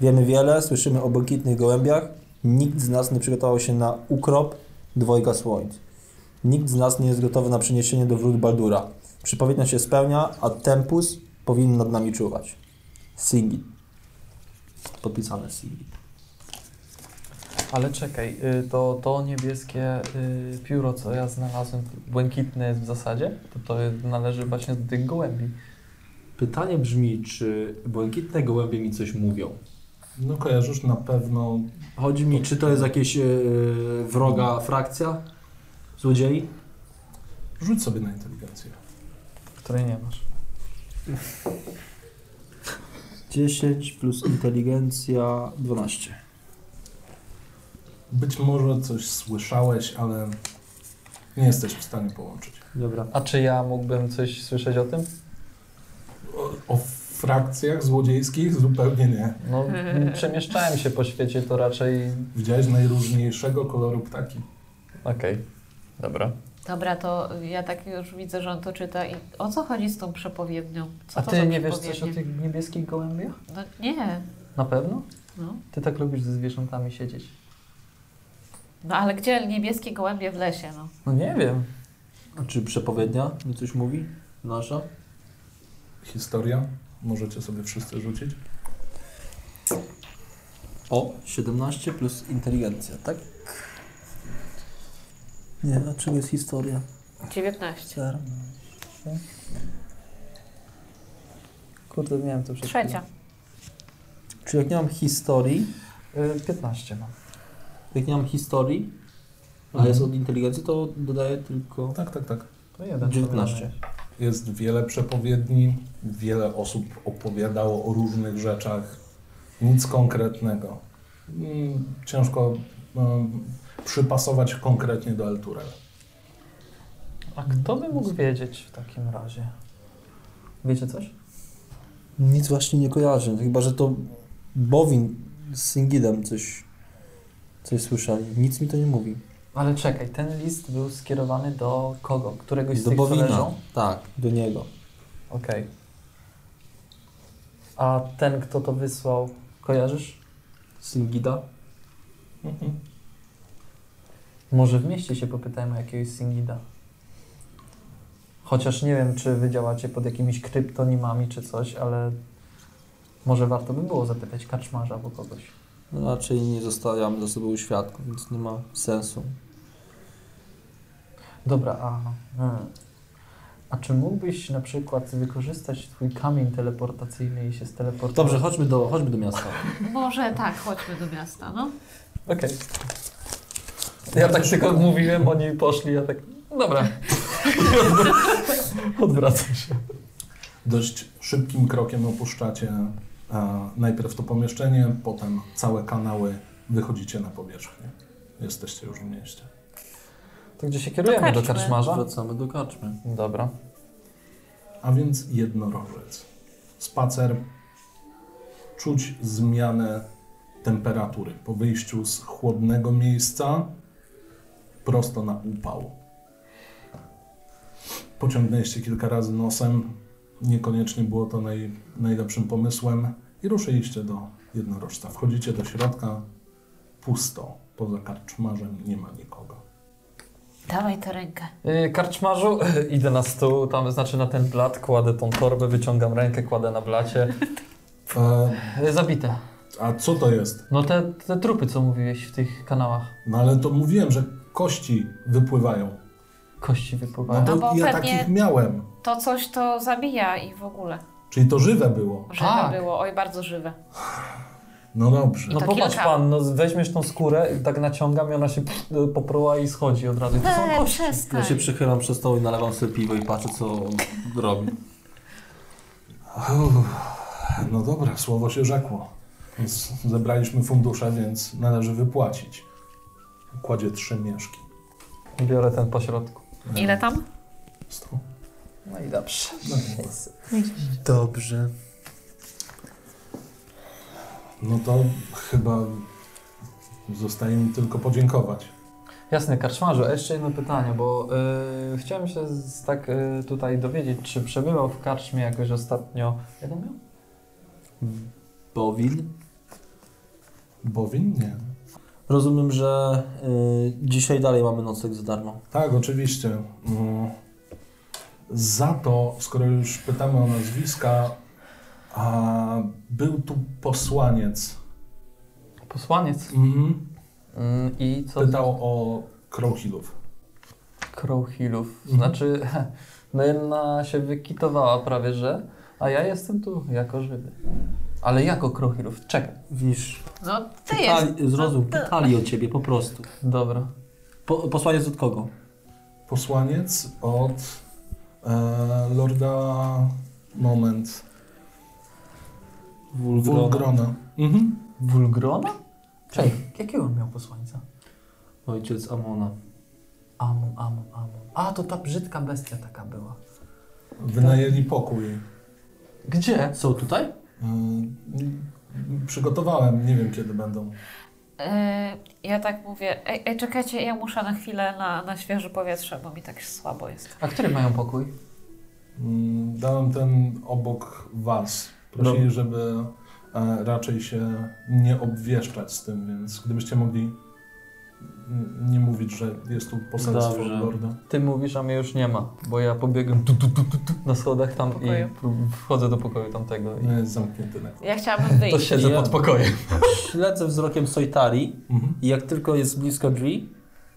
S2: Wiemy wiele, słyszymy o błękitnych gołębiach. Nikt z nas nie przygotował się na ukrop dwojga słońc. Nikt z nas nie jest gotowy na przeniesienie do wrót Baldura. Przypowiednia się spełnia, a Tempus powinien nad nami czuwać. Singit. Podpisane Singit.
S3: Ale czekaj, y, to, to niebieskie y, pióro, co ja znalazłem, błękitne jest w zasadzie, to to należy właśnie do tych gołębi.
S5: Pytanie brzmi, czy błękitne gołębie mi coś mówią?
S1: No kojarzysz na pewno...
S5: Chodzi mi, czy to jest jakieś e, wroga frakcja złodziei?
S1: Rzuć sobie na inteligencję.
S3: Której nie masz.
S2: 10 plus inteligencja 12.
S1: Być może coś słyszałeś, ale nie jesteś w stanie połączyć.
S2: Dobra.
S3: A czy ja mógłbym coś słyszeć o tym?
S1: O, o frakcjach złodziejskich zupełnie nie.
S3: No, m, przemieszczałem się po świecie, to raczej...
S1: Widziałeś najróżniejszego koloru ptaki.
S3: Okej, dobra.
S4: Dobra, to ja tak już widzę, że on to czyta. I o co chodzi z tą przepowiednią? Co
S3: A
S4: to
S3: ty
S4: za
S3: nie wiesz coś o
S4: przepowiednie?
S3: tych niebieskich gołębiach?
S4: No nie,
S3: Na pewno?
S4: no.
S3: Ty tak lubisz ze zwierzętami siedzieć.
S4: No ale gdzie niebieskie gołębie w lesie, no?
S3: No nie wiem.
S2: A czy przepowiednia mi coś mówi? Nasza?
S1: Historia. Możecie sobie wszyscy rzucić.
S2: O, 17 plus inteligencja, tak? Nie, a czego jest historia?
S4: 19.
S2: Czar.
S3: Kurde, miałem to przed
S4: Trzecia.
S2: Czy jak nie mam historii,
S3: chwilą. Y, 15 mam.
S2: jak nie mam historii, a
S1: Mhm.
S2: jest od inteligencji, to dodaję tylko...
S1: Tak, tak, tak.
S3: To jeden.
S2: 19.
S1: Jest wiele przepowiedni, wiele osób opowiadało o różnych rzeczach, nic konkretnego. Mm, Ciężko em, przypasować konkretnie do Alturel.
S3: A kto by mógł wiedzieć w takim razie? Wiecie coś?
S2: Nic właśnie nie kojarzę, no chyba że to Bowin z Singidem coś, coś słyszeli. Nic mi to nie mówi.
S6: Ale czekaj, ten list był skierowany do kogo? Któregoś z
S2: Do
S6: tych, co
S2: Bowina.
S6: leżą?
S2: Tak, do niego.
S6: Okej. A ten, kto to wysłał, kojarzysz? Singida?
S1: Mhm.
S6: Może w mieście się popytajmy o jakiegoś Singida. Chociaż nie wiem, czy wy działacie pod jakimiś kryptonimami czy coś, ale może warto by było zapytać karczmarza albo kogoś.
S2: No, raczej nie zostawiamy za sobą świadków, więc nie ma sensu.
S6: Dobra, a, hmm. a czy mógłbyś na przykład wykorzystać twój kamień teleportacyjny i się steleportować?
S2: Dobrze, chodźmy do, chodźmy do miasta.
S4: Może tak, chodźmy do miasta, no.
S3: Okej. Ja tak tylko mówiłem, oni poszli, ja tak... Dobra. Odwracam się.
S1: Dość szybkim krokiem opuszczacie e, najpierw to pomieszczenie, potem całe kanały, wychodzicie na powierzchnię. Jesteście już w mieście.
S3: To gdzie się kierujemy? Do
S4: karczmy.
S3: karczmarza?
S2: Wracamy do karczmy.
S3: Dobra.
S1: A więc jednorożec. Spacer. Czuć zmianę temperatury po wyjściu z chłodnego miejsca prosto na upał. Pociągnęliście kilka razy nosem. Niekoniecznie było to naj, najlepszym pomysłem. I ruszyliście do jednorożca. Wchodzicie do środka. Pusto. Poza karczmarzem nie ma nikogo.
S4: Dawaj tę rękę.
S3: Yy, Karczmarzu, idę na stół, tam znaczy na ten blat, kładę tą torbę, wyciągam rękę, kładę na blacie.
S1: E,
S3: Yy, Zabite.
S1: a co to jest?
S3: No te, te trupy, co mówiłeś w tych kanałach.
S1: No ale to mówiłem, że kości wypływają.
S3: Kości
S1: No
S3: wypływają.
S4: No
S1: bo
S4: bo
S1: ja
S4: pewnie-
S1: takich miałem.
S4: To coś to zabija i w ogóle.
S1: Czyli to żywe było.
S4: Żywe
S3: Tak.
S4: było, oj bardzo żywe.
S1: No dobrze.
S3: No
S4: to
S3: popatrz
S4: kilka.
S3: pan, no weźmiesz tą skórę, tak naciągam i ona się pff, popruła i schodzi od razu. I To są
S4: Eee,
S3: kości. Znaczy,
S4: przestań.
S2: Ja się przychylam przez stoł i nalewam sobie piwo i patrzę, co on robi.
S1: Uff, No dobra, słowo się rzekło. Więc zebraliśmy fundusze, więc należy wypłacić. Kładzie trzy mieszki.
S3: Biorę ten pośrodku.
S4: Ile tam?
S1: Sto.
S6: No i dobrze.
S1: No, dobra.
S2: Dobrze.
S1: no to chyba zostaje mi tylko podziękować.
S3: Jasne, karczmarzu, a jeszcze jedno pytanie, bo yy, chciałem się z, tak yy, tutaj dowiedzieć, czy przebywał w karczmie jakoś ostatnio. Jak on miał?
S2: Bowin?
S1: Bowin? Nie.
S2: Rozumiem, że y, dzisiaj dalej mamy nocleg za darmo.
S1: Tak, oczywiście. Mm. Za to, skoro już pytamy o nazwiska, a był tu posłaniec.
S3: Posłaniec.
S1: Mhm.
S3: Mm, I co?
S1: Pytał o Crowhillów.
S3: Crow Hillów. Znaczy, no jedna się wykitowała prawie, że, a ja jestem tu jako żywy. Ale jako Crow Hillów. Czekaj.
S2: Widzisz,
S4: No ty jest.
S2: pytali, zrozum, pytali o ciebie po prostu.
S3: Dobra.
S2: Po, posłaniec od kogo?
S1: Posłaniec od e, Lorda Moment Wulgrona. Mhm.
S3: Wulgrona? Czekaj, jakiego on miał posłańca?
S2: Ojciec Amona.
S6: Amun, amun, amun. A, to ta brzydka bestia taka była.
S1: Wynajęli pokój. E,
S3: Gdzie?
S2: Są tutaj?
S1: m, przygotowałem, nie wiem kiedy będą.
S4: E, ja tak mówię, ej, ej czekajcie, ja muszę na chwilę na, na świeże powietrze, bo mi tak słabo jest.
S3: A który mają pokój?
S1: Mm, Dałem ten obok was. Prosili, żeby e, raczej się nie obwieszczać z tym, więc gdybyście mogli n- nie mówić, że jest tu poselstwo
S2: Dobrze.
S1: Lorda.
S3: Ty mówisz, a mnie już nie ma, bo ja pobiegłem tu, tu, tu, tu, tu, na schodach tam i
S4: Pokoju.
S3: pró- wchodzę do pokoju tamtego i
S1: Nie, No, Jest zamknięty na
S4: Ja chciałabym
S3: to
S4: wyjść.
S3: siedzę
S2: Ja.
S3: pod pokojem.
S2: Śledzę wzrokiem Sojtari
S1: mhm.
S2: i jak tylko jest blisko drzwi,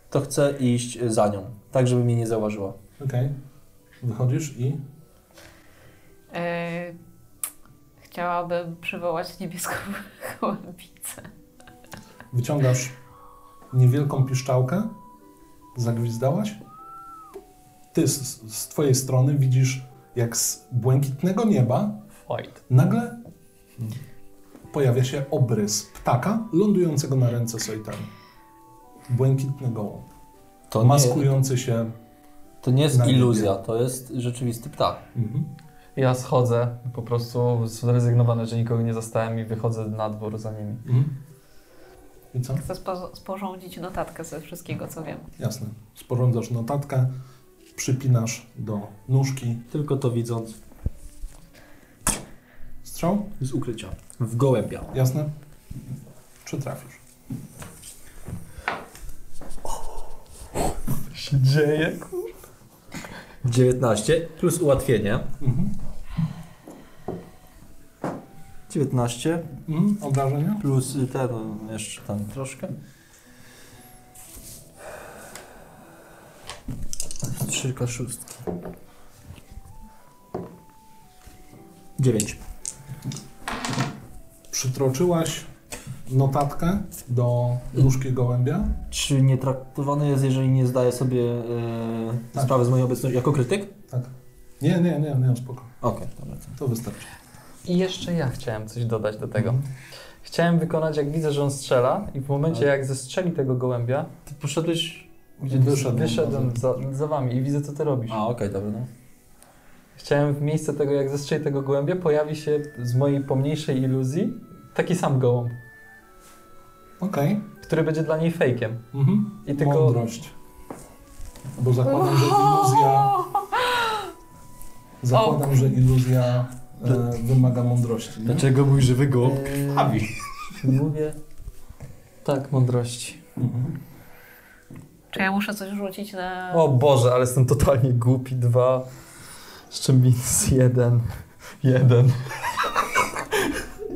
S2: to chcę iść za nią, tak żeby mnie nie zauważyła.
S1: Okej. Wychodzisz i.
S4: E, chciałabym przywołać niebieską gołębicę.
S1: Wyciągasz niewielką piszczałkę. Zagwizdałaś. Ty z, z twojej strony widzisz, jak z błękitnego nieba
S3: Fight.
S1: nagle pojawia się obrys ptaka lądującego na ręce Sojtani. Błękitny gołąb.
S2: To nie,
S1: maskujący się.
S2: to nie jest
S1: na niebie.
S2: iluzja, to jest rzeczywisty ptak.
S1: Mhm.
S3: Ja schodzę, po prostu zrezygnowany, że nikogo nie zastałem i wychodzę na dwór za nimi.
S1: Mhm. I co?
S4: Chcę spo- sporządzić notatkę ze wszystkiego, co wiem.
S1: Jasne. Sporządzasz notatkę, przypinasz do nóżki.
S2: Tylko to widząc
S1: Strzał?
S2: z ukrycia. W gołębia.
S1: Jasne? Czy trafisz?
S3: się dzieje?
S2: 19 plus ułatwienie.
S1: Mhm.
S2: 19
S1: Mhm. Obrażenia?
S2: plus y, te, no, jeszcze tam troszkę. 3K6. 9.
S1: Przytroczyłaś notatkę do nóżki gołębia?
S2: Czy nie traktowany jest, jeżeli nie zdaje sobie e,
S1: Tak.
S2: sprawy z mojej obecności jako krytyk?
S1: Tak. Nie, nie, nie, nie, spoko.
S2: Okej, dobra. to-
S1: To wystarczy.
S3: I jeszcze ja chciałem coś dodać do tego.
S1: Mhm.
S3: Chciałem wykonać, jak widzę, że on strzela i w momencie, jak zestrzeli tego gołębia,
S2: Ty poszedłeś...
S3: gdzie
S1: Wyszedłem.
S3: wyszedłem za, za wami i widzę, co ty robisz.
S2: A, okej, dobra, no.
S3: Chciałem w miejsce tego, jak zestrzeli tego gołębia, pojawi się z mojej pomniejszej iluzji taki sam gołąb,
S1: Okej.
S3: który będzie dla niej fejkiem.
S1: Mhm.
S3: I tylko...
S1: Mądrość. Bo zakładam, że iluzja... Zakładam, że iluzja e, wymaga mądrości. Nie?
S5: Dlaczego mój żywy gołąb
S3: Eee,
S5: krwawi?
S3: Mówię... Tak, mądrości.
S1: Mhm.
S4: Czy ja muszę coś rzucić na...
S3: O Boże, ale jestem totalnie głupi. Dwa, z czym minus jeden. Jeden.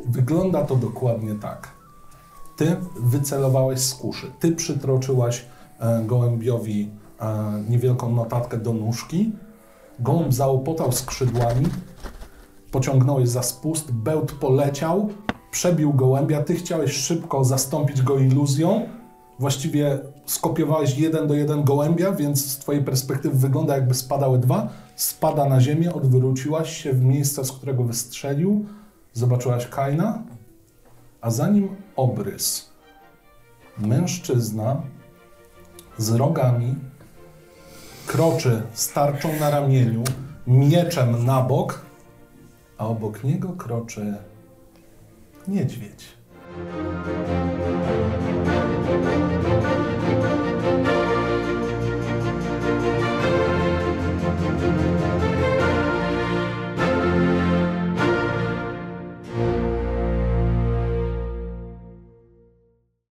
S1: Wygląda to dokładnie tak. Ty wycelowałeś z kuszy. Ty przytroczyłaś e, gołębiowi e, niewielką notatkę do nóżki. Gołąb zaopotał skrzydłami. Pociągnąłeś za spust. Bełt poleciał. Przebił gołębia. Ty chciałeś szybko zastąpić go iluzją. Właściwie skopiowałeś jeden do jeden gołębia, więc z twojej perspektywy wygląda jakby spadały dwa. Spada na ziemię, odwróciłaś się w miejsce, z którego wystrzelił. Zobaczyłaś Kaina, a za nim obrys. Mężczyzna z rogami kroczy z tarczą na ramieniu, mieczem na bok, a obok niego kroczy niedźwiedź.